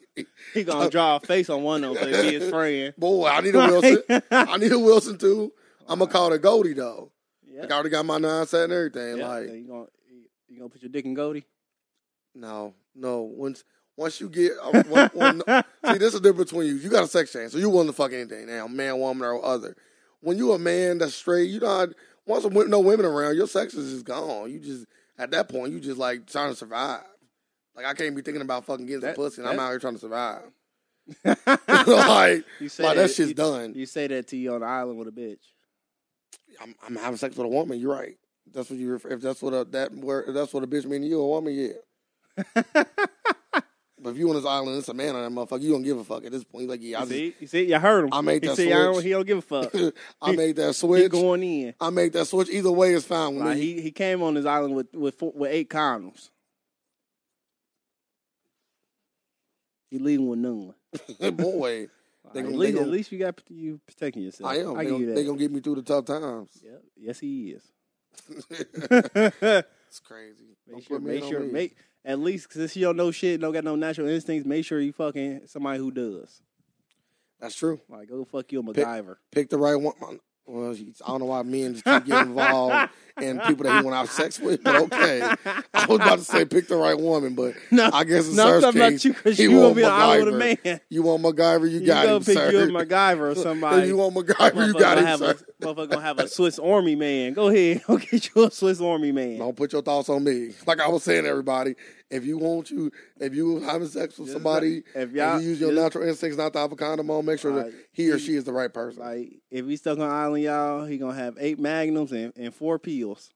[SPEAKER 2] [laughs]
[SPEAKER 1] he gonna draw a face on one of them to be his friend.
[SPEAKER 2] Boy, I need a Wilson. I need a
[SPEAKER 1] [laughs]
[SPEAKER 2] Wilson too. I'm gonna call it a Goldie though.
[SPEAKER 1] Yeah.
[SPEAKER 2] Like I already got my nine set and everything.
[SPEAKER 1] Yeah,
[SPEAKER 2] Like
[SPEAKER 1] you gonna you gonna put your dick in Goldie?
[SPEAKER 2] no, no. Once once you get uh, one,
[SPEAKER 1] [laughs]
[SPEAKER 2] one, see, this is the difference between you. You got a sex change, so you willing to fuck anything now, man, woman, or other. When you a man that's straight, you not once a wo- no women around, your sex is just gone. You just at that point, you just like trying to survive. Like I can't be thinking about fucking getting
[SPEAKER 1] That-
[SPEAKER 2] some pussy, and I'm
[SPEAKER 1] that-
[SPEAKER 2] out here trying to survive.
[SPEAKER 1] [laughs]
[SPEAKER 2] [laughs] like,
[SPEAKER 1] you say
[SPEAKER 2] [laughs] like
[SPEAKER 1] you,
[SPEAKER 2] that shit's done.
[SPEAKER 1] You say that to you on the island with a bitch.
[SPEAKER 2] I'm, I'm having sex with a woman. You're right. That's what you ref- if that's what a, that where if that's what a bitch mean to you, a woman, yeah.
[SPEAKER 1] [laughs]
[SPEAKER 2] But if you on this island, it's a man on that motherfucker. You don't give a fuck at this point. You Like, yeah, I
[SPEAKER 1] you
[SPEAKER 2] just
[SPEAKER 1] see, you see, you heard him.
[SPEAKER 2] I made
[SPEAKER 1] he
[SPEAKER 2] that
[SPEAKER 1] see, I don't,
[SPEAKER 2] switch.
[SPEAKER 1] he don't
[SPEAKER 2] [laughs]
[SPEAKER 1] give a fuck.
[SPEAKER 2] I made that
[SPEAKER 1] he
[SPEAKER 2] switch. Mm-hmm.
[SPEAKER 1] going in.
[SPEAKER 2] I made that switch. Either way is fine with
[SPEAKER 1] Like
[SPEAKER 2] me. [laughs]
[SPEAKER 1] he, he came on this island with with four, with eight condoms. He leaving with none. [laughs]
[SPEAKER 2] Boy, They
[SPEAKER 1] Like, at,
[SPEAKER 2] gon- they
[SPEAKER 1] least, at
[SPEAKER 2] gon-
[SPEAKER 1] least you got you protecting yourself.
[SPEAKER 2] I am.
[SPEAKER 1] I
[SPEAKER 2] they
[SPEAKER 1] give
[SPEAKER 2] gon-
[SPEAKER 1] you
[SPEAKER 2] they
[SPEAKER 1] that.
[SPEAKER 2] gonna get me through the tough times.
[SPEAKER 1] Yep. Yes, he is.
[SPEAKER 2] [laughs] it's crazy. Don't
[SPEAKER 1] Make sure,
[SPEAKER 2] put me
[SPEAKER 1] make
[SPEAKER 2] in
[SPEAKER 1] sure,
[SPEAKER 2] no league.
[SPEAKER 1] make at least since you don't know shit, don't got no natural instincts. Make sure you fucking somebody who does.
[SPEAKER 2] That's true.
[SPEAKER 1] Like go fuck you a
[SPEAKER 2] Pick-
[SPEAKER 1] MacGyver.
[SPEAKER 2] Pick the right one. Well, geez, I don't know why men just keep
[SPEAKER 1] [laughs]
[SPEAKER 2] getting involved in people that he want to have sex with, but okay. [laughs] I was about to say pick the right woman, but
[SPEAKER 1] No,
[SPEAKER 2] I guess in
[SPEAKER 1] no, I'm
[SPEAKER 2] Sir's
[SPEAKER 1] talking about
[SPEAKER 2] case,
[SPEAKER 1] you because
[SPEAKER 2] he
[SPEAKER 1] you gonna
[SPEAKER 2] want
[SPEAKER 1] be an eye with a
[SPEAKER 2] MacGyver.
[SPEAKER 1] man.
[SPEAKER 2] You want MacGyver, you,
[SPEAKER 1] You
[SPEAKER 2] got
[SPEAKER 1] gonna
[SPEAKER 2] him,
[SPEAKER 1] pick
[SPEAKER 2] sir.
[SPEAKER 1] you a
[SPEAKER 2] [laughs]
[SPEAKER 1] MacGyver or somebody.
[SPEAKER 2] If you want MacGyver, you
[SPEAKER 1] Motherfucker
[SPEAKER 2] got
[SPEAKER 1] gonna
[SPEAKER 2] him,
[SPEAKER 1] have
[SPEAKER 2] sir.
[SPEAKER 1] a, motherfucker gonna have a Swiss Army man. Go ahead, [laughs] go get you a Swiss Army man.
[SPEAKER 2] Don't put your thoughts on me. Like I was saying, everybody, if you want you, if you having sex with
[SPEAKER 1] Just
[SPEAKER 2] somebody,
[SPEAKER 1] if
[SPEAKER 2] if
[SPEAKER 1] y'all
[SPEAKER 2] you use your
[SPEAKER 1] just-
[SPEAKER 2] natural instincts not to have a condom on, make sure that
[SPEAKER 1] Right.
[SPEAKER 2] he or she is the right person.
[SPEAKER 1] Like if he stuck on island, y'all, he gonna have eight magnums and, and four pills.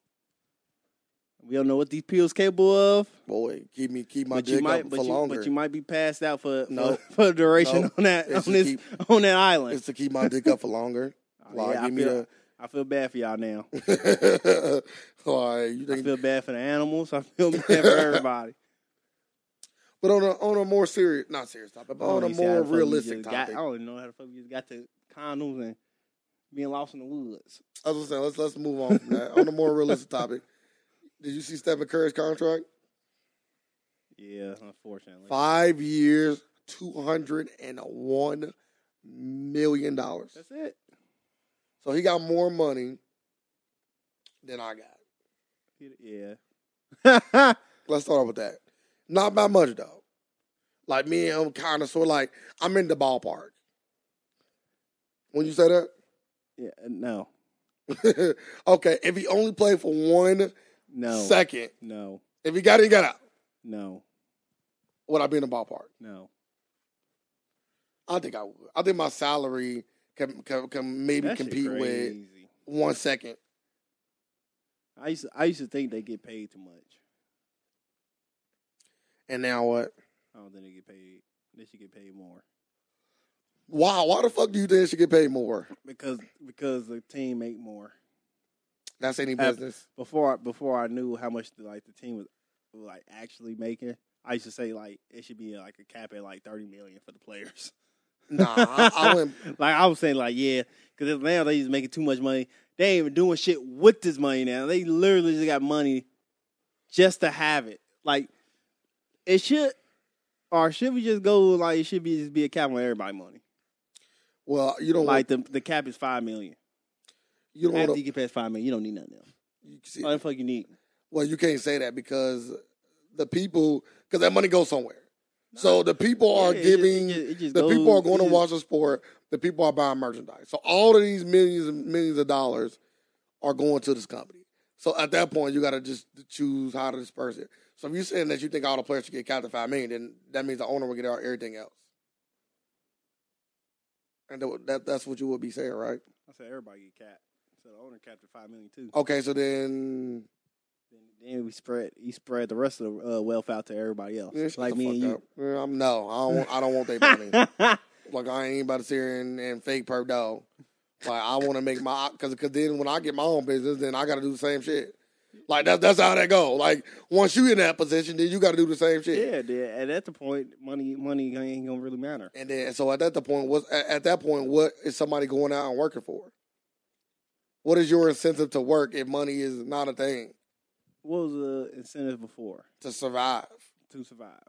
[SPEAKER 1] We don't know what these pills capable of,
[SPEAKER 2] Boy, keep me, keep my
[SPEAKER 1] but you
[SPEAKER 2] dick
[SPEAKER 1] might,
[SPEAKER 2] up
[SPEAKER 1] but
[SPEAKER 2] for
[SPEAKER 1] you,
[SPEAKER 2] longer.
[SPEAKER 1] but you might be passed out for
[SPEAKER 2] No.
[SPEAKER 1] [laughs] for, for the duration
[SPEAKER 2] No.
[SPEAKER 1] on that
[SPEAKER 2] It's
[SPEAKER 1] [laughs] on
[SPEAKER 2] to
[SPEAKER 1] this on that island.
[SPEAKER 2] It's to keep my dick up for longer.
[SPEAKER 1] [laughs] Oh,
[SPEAKER 2] Like,
[SPEAKER 1] yeah, I
[SPEAKER 2] give me
[SPEAKER 1] feel-
[SPEAKER 2] the.
[SPEAKER 1] I feel bad for y'all
[SPEAKER 2] [laughs]
[SPEAKER 1] now.
[SPEAKER 2] like, you
[SPEAKER 1] I
[SPEAKER 2] think,
[SPEAKER 1] feel bad for the animals. I feel
[SPEAKER 2] [laughs]
[SPEAKER 1] bad for everybody.
[SPEAKER 2] but on a on a more serious, not serious topic, but
[SPEAKER 1] Oh, I
[SPEAKER 2] on
[SPEAKER 1] don't
[SPEAKER 2] a
[SPEAKER 1] even see how
[SPEAKER 2] more
[SPEAKER 1] the fuck we
[SPEAKER 2] realistic
[SPEAKER 1] just got-
[SPEAKER 2] topic.
[SPEAKER 1] I don't even know how the fuck we just got to condoms and being lost in the woods.
[SPEAKER 2] I was saying, let's let's move on from that. on a more realistic topic, did you see Stephen Curry's contract?
[SPEAKER 1] Yeah, unfortunately.
[SPEAKER 2] Five years, two hundred and one million dollars.
[SPEAKER 1] That's it.
[SPEAKER 2] So he got more money than I got.
[SPEAKER 1] Yeah. [laughs]
[SPEAKER 2] Let's start off with that. Not by much though. Like me and him kind of sort of like I'm in the ballpark. When you say that,
[SPEAKER 1] yeah. No.
[SPEAKER 2] [laughs] okay, if he only played for one
[SPEAKER 1] No.
[SPEAKER 2] second,
[SPEAKER 1] No.
[SPEAKER 2] if he got it, he got out.
[SPEAKER 1] No.
[SPEAKER 2] Would I be in the ballpark?
[SPEAKER 1] No.
[SPEAKER 2] I think I would. I think my salary can can, can maybe
[SPEAKER 1] That shit
[SPEAKER 2] compete with
[SPEAKER 1] crazy.
[SPEAKER 2] one second.
[SPEAKER 1] I used to, I used to think they get paid too much.
[SPEAKER 2] And now what?
[SPEAKER 1] I don't think they get paid. They should get paid more
[SPEAKER 2] Wow, why the fuck do you think she get paid more?
[SPEAKER 1] because because the team make more.
[SPEAKER 2] That's any
[SPEAKER 1] Have-
[SPEAKER 2] business.
[SPEAKER 1] before I- before I knew how much the, like the team was like actually making. I used to say like it should be like a cap at like thirty million for the players.
[SPEAKER 2] Nah, I,
[SPEAKER 1] [laughs]
[SPEAKER 2] I wouldn't.
[SPEAKER 1] Like I was saying like yeah, because now they just making too much money. They ain't even doing shit with this money now. They literally just got money just to have it. Like it should or should we just go like it should be just be a cap on everybody money.
[SPEAKER 2] Well, you don't
[SPEAKER 1] Like the the cap is five million.
[SPEAKER 2] want, you don't
[SPEAKER 1] After
[SPEAKER 2] want
[SPEAKER 1] you get past five million, you don't need nothing else.
[SPEAKER 2] to.
[SPEAKER 1] All the fuck you need.
[SPEAKER 2] Well, you can't say that because the people, because that money goes somewhere. So the people are
[SPEAKER 1] Yeah, it just-
[SPEAKER 2] giving,
[SPEAKER 1] it just- it just
[SPEAKER 2] the people
[SPEAKER 1] goes-
[SPEAKER 2] are going to
[SPEAKER 1] it just-
[SPEAKER 2] watch the sport. The people are buying merchandise. So all of these millions and millions of dollars are going to this company. So at that point, you got to just choose how to disperse it. So if you're saying that you think all the players should get capped at five million, then that means the owner will get out everything else. And that, would- that, that's what you would be saying, right?
[SPEAKER 1] I said everybody get capped. So the owner capped at five million too.
[SPEAKER 2] Okay, so then
[SPEAKER 1] Then, then we spread he spread the rest of the uh, wealth out to everybody else,
[SPEAKER 2] yeah, shut
[SPEAKER 1] like
[SPEAKER 2] the
[SPEAKER 1] me and
[SPEAKER 2] fuck
[SPEAKER 1] you.
[SPEAKER 2] up. Yeah, I'm, no, I don't, want- I don't want their
[SPEAKER 1] [laughs]
[SPEAKER 2] money. Like I ain't about to sit here and, and fake perp dog. Like I want to make my because because then when I get my own business, then I got to do the same shit. Like that's that's how that go. Like once you in that position, then you got to do the same shit.
[SPEAKER 1] yeah, dude. And at the point, money money ain't gonna really matter.
[SPEAKER 2] And then so at that the point, what at, at that point, what is somebody going out and working for? What is your incentive to work if money is not a thing
[SPEAKER 1] What was the incentive before
[SPEAKER 2] to survive?
[SPEAKER 1] to survive?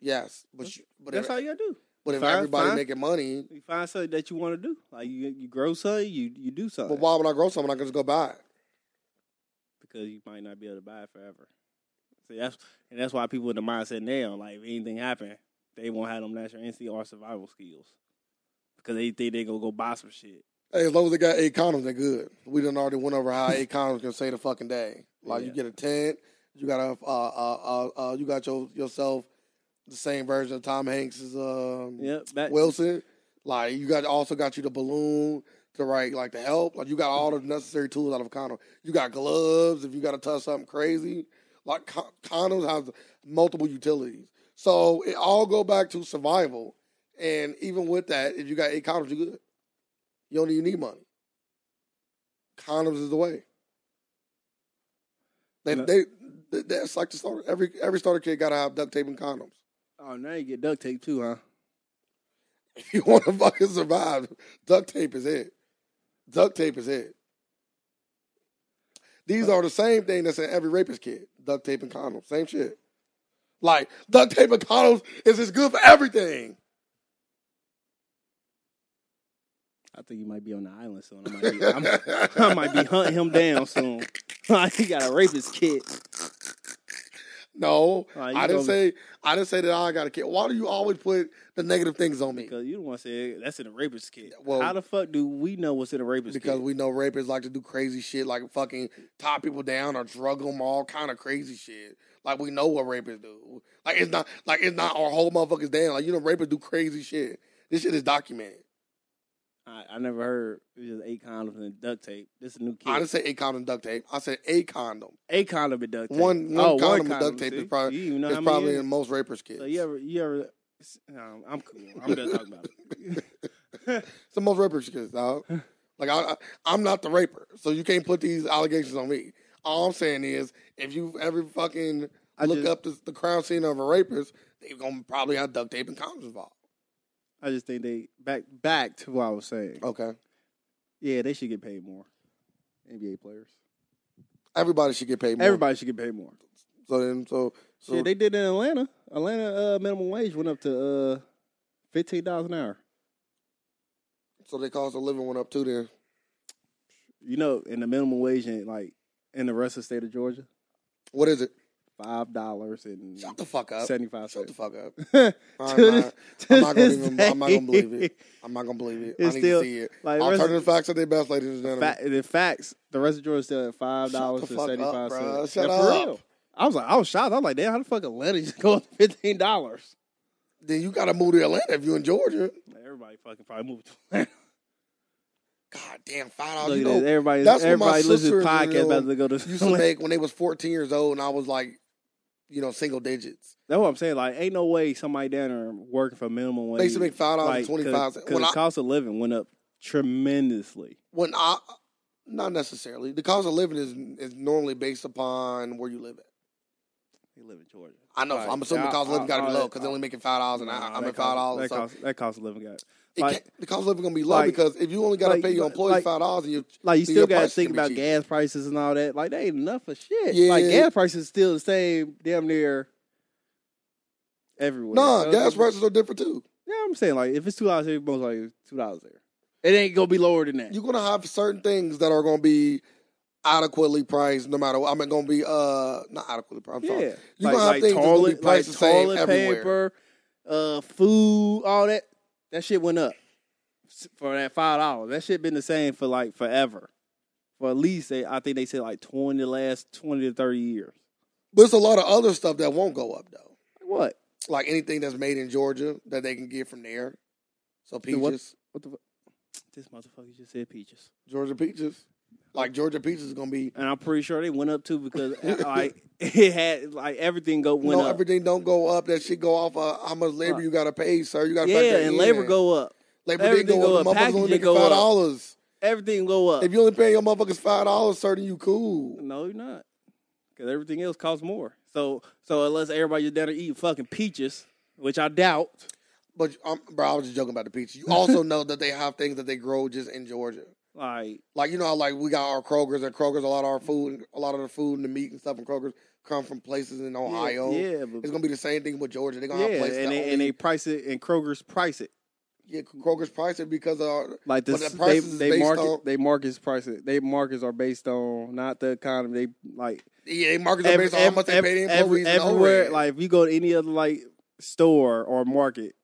[SPEAKER 2] Yes, but you, but
[SPEAKER 1] That's
[SPEAKER 2] if,
[SPEAKER 1] all you gotta do.
[SPEAKER 2] but if
[SPEAKER 1] fine,
[SPEAKER 2] everybody
[SPEAKER 1] fine.
[SPEAKER 2] making money,
[SPEAKER 1] You find something that you want to do. Like you you grow something, you you do something
[SPEAKER 2] but why would I grow something? I can just go buy it.
[SPEAKER 1] because you might not be able to buy it forever. See, that's and that's why people in the mindset now, like if anything happen, they won't have them natural instinct or survival skills because they think they gonna go buy some shit.
[SPEAKER 2] Hey, as long as they got eight condoms, they're good. We done already went over how eight condoms can save the fucking day. Like you
[SPEAKER 1] Yeah.
[SPEAKER 2] get a tent, you got a uh, uh, uh, uh, you got your yourself the same version of Tom Hanks's um,
[SPEAKER 1] Yeah, that,
[SPEAKER 2] Wilson. Like you got also got you the balloon to write like the help. Like you got all the necessary tools out of a condom. You got gloves if you got to touch something crazy. Like con- condoms has multiple utilities. So it all go back to survival. And even with that, if you got eight condoms, you good. You don't even need money. Condoms is the way. They,
[SPEAKER 1] Yeah.
[SPEAKER 2] they, they- that's like the starter. Every every starter kid gotta have duct tape and condoms.
[SPEAKER 1] Oh, now you get duct tape too, huh?
[SPEAKER 2] If [laughs] you want to fucking survive, duct tape is it. Duct tape is it. These are the same thing that's in every rapist kid. Duct tape and condoms. Same shit. Like, duct tape and condoms is as good for everything.
[SPEAKER 1] I think you might be on the island soon. I might
[SPEAKER 2] [laughs]
[SPEAKER 1] be, I'm, I might be hunting him down soon. [laughs] he got a rapist kid.
[SPEAKER 2] No.
[SPEAKER 1] Alright, you
[SPEAKER 2] I didn't
[SPEAKER 1] go-
[SPEAKER 2] say I didn't say that I got a kid. Why do you always put the negative things on me?
[SPEAKER 1] Because you don't want to say that's in a rapist kid.
[SPEAKER 2] Well-
[SPEAKER 1] How the fuck do we know what's in a rapist
[SPEAKER 2] Because
[SPEAKER 1] kid?
[SPEAKER 2] we know rapists like to do crazy shit, like fucking tie people down or drug them, all kind of crazy shit. Like we know what rapists do. Like it's not like it's not our whole motherfuckers down. Like you know, rapists do crazy shit. This shit is documented.
[SPEAKER 1] I, I never heard it was just eight condoms and duct tape. This is a new kid.
[SPEAKER 2] I didn't say a condom duct tape. I said a condom.
[SPEAKER 1] a condom and duct tape.
[SPEAKER 2] One- one
[SPEAKER 1] Oh,
[SPEAKER 2] condom and duct tape is
[SPEAKER 1] see?
[SPEAKER 2] probably-
[SPEAKER 1] You even know
[SPEAKER 2] it's
[SPEAKER 1] how many
[SPEAKER 2] probably
[SPEAKER 1] years?
[SPEAKER 2] in most rapists' kids.
[SPEAKER 1] So you ever you ever? No, I'm cool. I'm done talking about
[SPEAKER 2] [laughs]
[SPEAKER 1] it. [laughs]
[SPEAKER 2] It's the most rapists' kids, dog. like I, I, I'm not the raper, so you can't put these allegations on me. All I'm saying is, if you ever fucking
[SPEAKER 1] I
[SPEAKER 2] look
[SPEAKER 1] just-
[SPEAKER 2] up the, the crime scene of a rapist, they're gonna probably have duct tape and condoms involved.
[SPEAKER 1] I just think they back back to what I was saying.
[SPEAKER 2] Okay.
[SPEAKER 1] Yeah, they should get paid more. NBA players.
[SPEAKER 2] Everybody should get paid more.
[SPEAKER 1] Everybody should get paid more.
[SPEAKER 2] So then, so so
[SPEAKER 1] yeah, they did in Atlanta. Atlanta uh, minimum wage went up to uh, fifteen dollars an hour.
[SPEAKER 2] so they cost of living went up too. Then
[SPEAKER 1] You know, and the minimum wage in like in the rest of the state of Georgia,
[SPEAKER 2] what is it?
[SPEAKER 1] five dollars and
[SPEAKER 2] Shut the fuck up.
[SPEAKER 1] seventy five
[SPEAKER 2] Shut the
[SPEAKER 1] cents.
[SPEAKER 2] fuck
[SPEAKER 1] [laughs] To
[SPEAKER 2] up. I'm
[SPEAKER 1] this-
[SPEAKER 2] not-
[SPEAKER 1] to
[SPEAKER 2] I'm not gonna
[SPEAKER 1] this
[SPEAKER 2] even- I'm not gonna believe
[SPEAKER 1] day,
[SPEAKER 2] it. I'm not gonna believe it.
[SPEAKER 1] It's
[SPEAKER 2] I need
[SPEAKER 1] still-
[SPEAKER 2] to see it.
[SPEAKER 1] [laughs] Like rest of,
[SPEAKER 2] Alternative facts are their best, ladies and gentlemen.
[SPEAKER 1] fa- the facts, the rest of Georgia's still at five dollars
[SPEAKER 2] Shut the
[SPEAKER 1] and
[SPEAKER 2] fuck
[SPEAKER 1] seventy
[SPEAKER 2] up,
[SPEAKER 1] five
[SPEAKER 2] bruh.
[SPEAKER 1] cents.
[SPEAKER 2] Shut
[SPEAKER 1] for
[SPEAKER 2] up.
[SPEAKER 1] real. I was like, I was shocked. I was like, damn, how the fuck Atlanta just [laughs] go up to fifteen dollars?
[SPEAKER 2] Then you gotta move to Atlanta if you're in Georgia.
[SPEAKER 1] Everybody fucking probably moved to Atlanta.
[SPEAKER 2] God damn, five dollars.
[SPEAKER 1] Look
[SPEAKER 2] You
[SPEAKER 1] at
[SPEAKER 2] know,
[SPEAKER 1] this. Everybody,
[SPEAKER 2] that's what my
[SPEAKER 1] everybody listens to this
[SPEAKER 2] sister, you
[SPEAKER 1] podcast
[SPEAKER 2] know,
[SPEAKER 1] about to go to [laughs]
[SPEAKER 2] used to
[SPEAKER 1] Atlanta.
[SPEAKER 2] make when they was 14 years old, and I was like, you know, single digits.
[SPEAKER 1] That's what I'm saying. Like, ain't no way somebody down there working for minimum wage.
[SPEAKER 2] They used to make five
[SPEAKER 1] like,
[SPEAKER 2] dollars and twenty five.
[SPEAKER 1] Because
[SPEAKER 2] When
[SPEAKER 1] the
[SPEAKER 2] I
[SPEAKER 1] cost of living went up tremendously.
[SPEAKER 2] when I Not necessarily. The cost of living is is normally based upon where you live at.
[SPEAKER 1] They live in Georgia.
[SPEAKER 2] I know.
[SPEAKER 1] Right.
[SPEAKER 2] I'm assuming the
[SPEAKER 1] Yeah,
[SPEAKER 2] cost of living got to be
[SPEAKER 1] I- I-
[SPEAKER 2] low because they're only making five dollars an hour.
[SPEAKER 1] Nah,
[SPEAKER 2] I'm
[SPEAKER 1] that
[SPEAKER 2] at five
[SPEAKER 1] cost-
[SPEAKER 2] dollars.
[SPEAKER 1] That
[SPEAKER 2] So
[SPEAKER 1] cost that cost of living got
[SPEAKER 2] it
[SPEAKER 1] like-
[SPEAKER 2] can't- the cost of living gonna be low
[SPEAKER 1] like-
[SPEAKER 2] because if you only got to
[SPEAKER 1] like-
[SPEAKER 2] pay your employee
[SPEAKER 1] like-
[SPEAKER 2] five dollars and you
[SPEAKER 1] like you
[SPEAKER 2] So
[SPEAKER 1] still
[SPEAKER 2] your
[SPEAKER 1] got to
[SPEAKER 2] prices
[SPEAKER 1] think
[SPEAKER 2] can be
[SPEAKER 1] about
[SPEAKER 2] cheap.
[SPEAKER 1] gas prices and all that. Like they ain't enough for shit.
[SPEAKER 2] Yeah.
[SPEAKER 1] Like gas prices still the same damn near everywhere.
[SPEAKER 2] nah,
[SPEAKER 1] So,
[SPEAKER 2] gas prices are different too.
[SPEAKER 1] Yeah, I'm saying like if it's two dollars here, most like two dollars there. It ain't gonna be lower than that.
[SPEAKER 2] You're gonna have certain things that are gonna be adequately priced, no matter. what. I mean, gonna be uh not adequately priced. I'm sorry.
[SPEAKER 1] yeah,
[SPEAKER 2] You're gonna have things that's gonna be priced the same everywhere.
[SPEAKER 1] paper, uh, food, all that. That shit went up s- for that five dollars. That shit been the same for like forever. For at least they, I think they said like twenty the last twenty to thirty years.
[SPEAKER 2] But it's a lot of other stuff that won't go up though.
[SPEAKER 1] Like what?
[SPEAKER 2] Like anything that's made in Georgia that they can get from there. So
[SPEAKER 1] Dude, what-
[SPEAKER 2] peaches,
[SPEAKER 1] What the? Fuck? This motherfucker just said peaches,
[SPEAKER 2] Georgia peaches, like Georgia peaches is gonna be.
[SPEAKER 1] and I'm pretty sure they went up too
[SPEAKER 2] [laughs]
[SPEAKER 1] because uh, like [laughs] it had like everything go
[SPEAKER 2] You
[SPEAKER 1] went
[SPEAKER 2] know,
[SPEAKER 1] up.
[SPEAKER 2] everything don't go up. That shit go off of how much labor
[SPEAKER 1] Right.
[SPEAKER 2] you got to pay, sir. You got to
[SPEAKER 1] yeah, and labor go up.
[SPEAKER 2] labor
[SPEAKER 1] everything
[SPEAKER 2] didn't go
[SPEAKER 1] go
[SPEAKER 2] up.
[SPEAKER 1] up.
[SPEAKER 2] The motherfuckers only
[SPEAKER 1] Packaging
[SPEAKER 2] making
[SPEAKER 1] go
[SPEAKER 2] five
[SPEAKER 1] up. Uh.
[SPEAKER 2] dollars.
[SPEAKER 1] Everything go up.
[SPEAKER 2] If you only pay your motherfuckers five dollars, sir, then you cool.
[SPEAKER 1] No, you're not. Because everything else costs more. So so unless everybody just down to eat fucking peaches, which I doubt.
[SPEAKER 2] But um, bro, I was just joking about the peaches.
[SPEAKER 1] [laughs]
[SPEAKER 2] You also know that they have things that they grow just in Georgia.
[SPEAKER 1] Like
[SPEAKER 2] Like you know, how, like we got our Krogers and Krogers. A lot of our food, a lot of the food and the meat and stuff in Krogers come from places in
[SPEAKER 1] yeah,
[SPEAKER 2] Ohio.
[SPEAKER 1] Yeah, but,
[SPEAKER 2] It's gonna be the same thing with Georgia. They're gonna have
[SPEAKER 1] yeah
[SPEAKER 2] places
[SPEAKER 1] and,
[SPEAKER 2] that
[SPEAKER 1] they,
[SPEAKER 2] only,
[SPEAKER 1] and they price it and Kroger's price it.
[SPEAKER 2] yeah, Kroger's price it because of our,
[SPEAKER 1] Like
[SPEAKER 2] But
[SPEAKER 1] this, they,
[SPEAKER 2] the prices is
[SPEAKER 1] they
[SPEAKER 2] based
[SPEAKER 1] market
[SPEAKER 2] on-
[SPEAKER 1] they markets price it. They markets are based on not the economy. They like
[SPEAKER 2] yeah, they markets are based on how much they pay the
[SPEAKER 1] every-
[SPEAKER 2] employees and
[SPEAKER 1] everywhere.
[SPEAKER 2] overhead.
[SPEAKER 1] Like if you go to any other like store or market,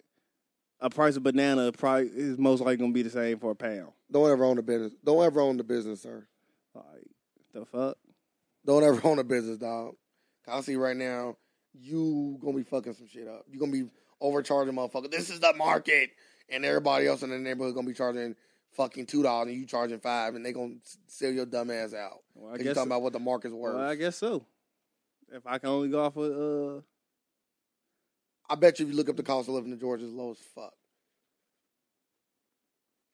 [SPEAKER 1] a price of banana probably is most likely gonna be the same for a pound.
[SPEAKER 2] Don't ever own the business. Don't ever own the business, sir.
[SPEAKER 1] Like the fuck.
[SPEAKER 2] Don't ever [laughs] own a business, dog. I see right now, you gonna be fucking some shit up. You gonna be overcharging motherfucker. This is the market, and everybody else in the neighborhood gonna be charging fucking two dollars, and you charging five, and they gonna s- sell your dumb ass out.
[SPEAKER 1] Well,
[SPEAKER 2] Cause you talking about what the market's worth.
[SPEAKER 1] Well, I guess so. If I can only go off of uh,
[SPEAKER 2] I bet you if you look up the cost of living in Georgia, it's low as fuck.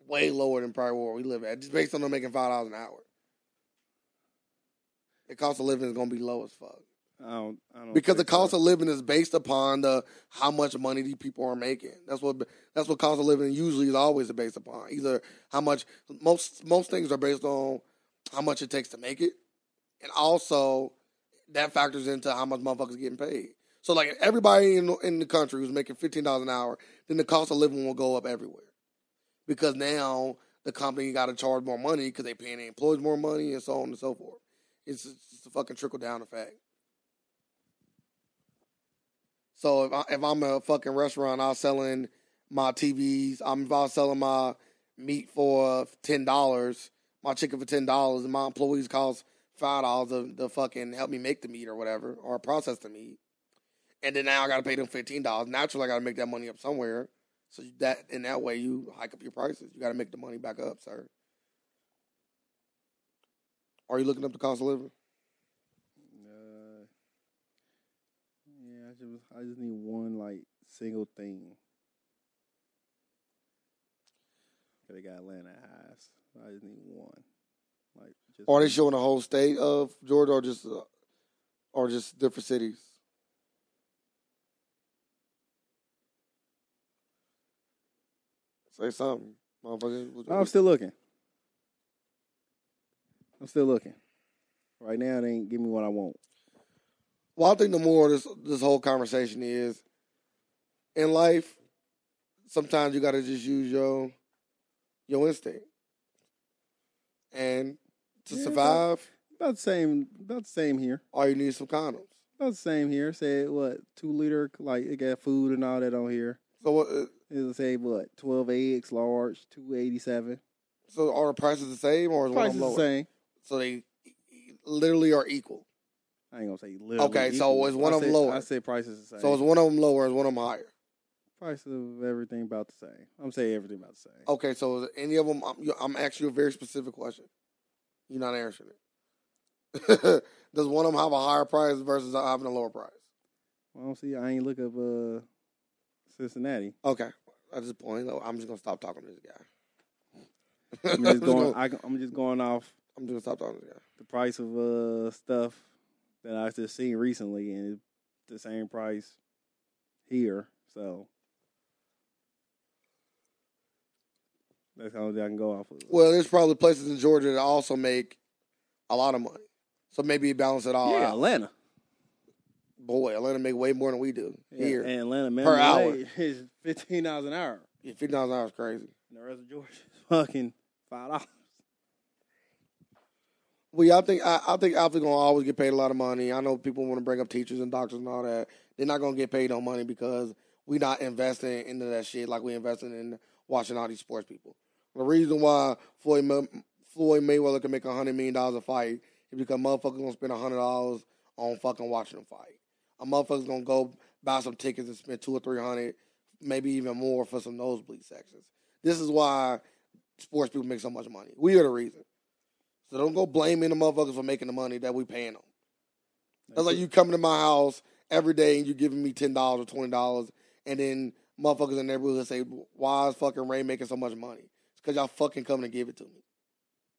[SPEAKER 2] Way lower than probably where we live at, just based on them making five dollars an hour. The cost of living is gonna be low as fuck.
[SPEAKER 1] I don't, I don't
[SPEAKER 2] because the
[SPEAKER 1] think
[SPEAKER 2] cost
[SPEAKER 1] so.
[SPEAKER 2] of living is based upon the how much money these people are making. That's what that's what cost of living usually is always based upon. Either how much most most things are based on how much it takes to make it, and also that factors into how much motherfuckers getting paid. So like if everybody in in the country was making fifteen dollars an hour, then the cost of living will go up everywhere because now the company got to charge more money because they paying the employees more money and so on and so forth. It's just a fucking trickle down effect. So if I, if I'm a fucking restaurant, I'm selling my TVs. I'm if I'm selling my meat for ten dollars, my chicken for ten dollars, and my employees cost five dollars to, to fucking help me make the meat or whatever or process the meat. And then now I gotta pay them fifteen dollars. Naturally, I gotta make that money up somewhere. So that in that way, you hike up your prices. You gotta make the money back up, sir. Are you looking up the cost of living?
[SPEAKER 1] Uh, yeah, I just, I just need one like single thing. 'Cause They got Atlanta highs. I just need one. Like, just
[SPEAKER 2] Or are they
[SPEAKER 1] one.
[SPEAKER 2] showing the whole state of Georgia, or just uh, or just different cities? Say something, motherfucker. What-
[SPEAKER 1] No, I'm still looking. I'm still looking. Right now, they ain't give me what I want.
[SPEAKER 2] Well, I think the more this this whole conversation is in life, sometimes you got to just use your your instinct, and to
[SPEAKER 1] Yeah,
[SPEAKER 2] survive,
[SPEAKER 1] About the same. About the same here.
[SPEAKER 2] all you need is some condoms.
[SPEAKER 1] About the same here. Said what? Two liter. Like it got food and all that on here.
[SPEAKER 2] So, what, uh,
[SPEAKER 1] It'll say what? Twelve eggs, large, two eighty seven.
[SPEAKER 2] so are the prices the same, or is one of
[SPEAKER 1] Price is
[SPEAKER 2] them
[SPEAKER 1] the
[SPEAKER 2] lower?
[SPEAKER 1] same.
[SPEAKER 2] So they literally are equal.
[SPEAKER 1] I ain't gonna say literally.
[SPEAKER 2] Okay, so
[SPEAKER 1] equal.
[SPEAKER 2] is one
[SPEAKER 1] I
[SPEAKER 2] of 'em
[SPEAKER 1] said-
[SPEAKER 2] lower?
[SPEAKER 1] I said price is the same.
[SPEAKER 2] So is one of them lower, is one of them higher.
[SPEAKER 1] price of everything about the same. I'm saying everything about the same.
[SPEAKER 2] Okay, so is any of them? I'm, you- I'm asking you a very specific question. You're not answering it. [laughs] Does one of them have a higher price versus having a lower price?
[SPEAKER 1] I don't see. I ain't look up uh,
[SPEAKER 2] [laughs]
[SPEAKER 1] Cincinnati.
[SPEAKER 2] Okay, at [laughs] this point, I'm just gonna stop talking to this guy.
[SPEAKER 1] I'm just going. I, am just going off
[SPEAKER 2] I'm just gonna stop talking to this guy.
[SPEAKER 1] the price of uh stuff that I just seen recently, and it's the same price here. So that's how I can go off of.
[SPEAKER 2] Well, there's probably places in Georgia that also make a lot of money. So maybe balance it all
[SPEAKER 1] yeah,
[SPEAKER 2] out.
[SPEAKER 1] Atlanta.
[SPEAKER 2] Boy, Atlanta make way more than we do
[SPEAKER 1] Yeah,
[SPEAKER 2] here.
[SPEAKER 1] and Atlanta minimum
[SPEAKER 2] Per hour.
[SPEAKER 1] wage [laughs] is fifteen dollars an hour,
[SPEAKER 2] Yeah, fifty dollars an hour is crazy.
[SPEAKER 1] and the rest of Georgia is [laughs] fucking five dollars.
[SPEAKER 2] Well, yeah, I think I, I think athletes gonna always get paid a lot of money. I know people want to bring up teachers and doctors and all that. They're not gonna get paid no money because we not investing into that shit like we investing in watching all these sports people. The reason why Floyd May- Floyd Mayweather can make a hundred million dollars a fight is because motherfuckers gonna spend a hundred dollars on fucking watching him fight. A motherfucker's gonna go buy some tickets and spend two or three hundred, maybe even more for some nosebleed sections. This is why sports people make so much money. We are the reason. So don't go blaming the motherfuckers for making the money that we paying them. That's like you coming to my house every day and you giving me ten dollars or twenty dollars, and then motherfuckers in the neighborhood say, "Why is fucking Ray making so much money?" It's because y'all fucking coming to give it to me.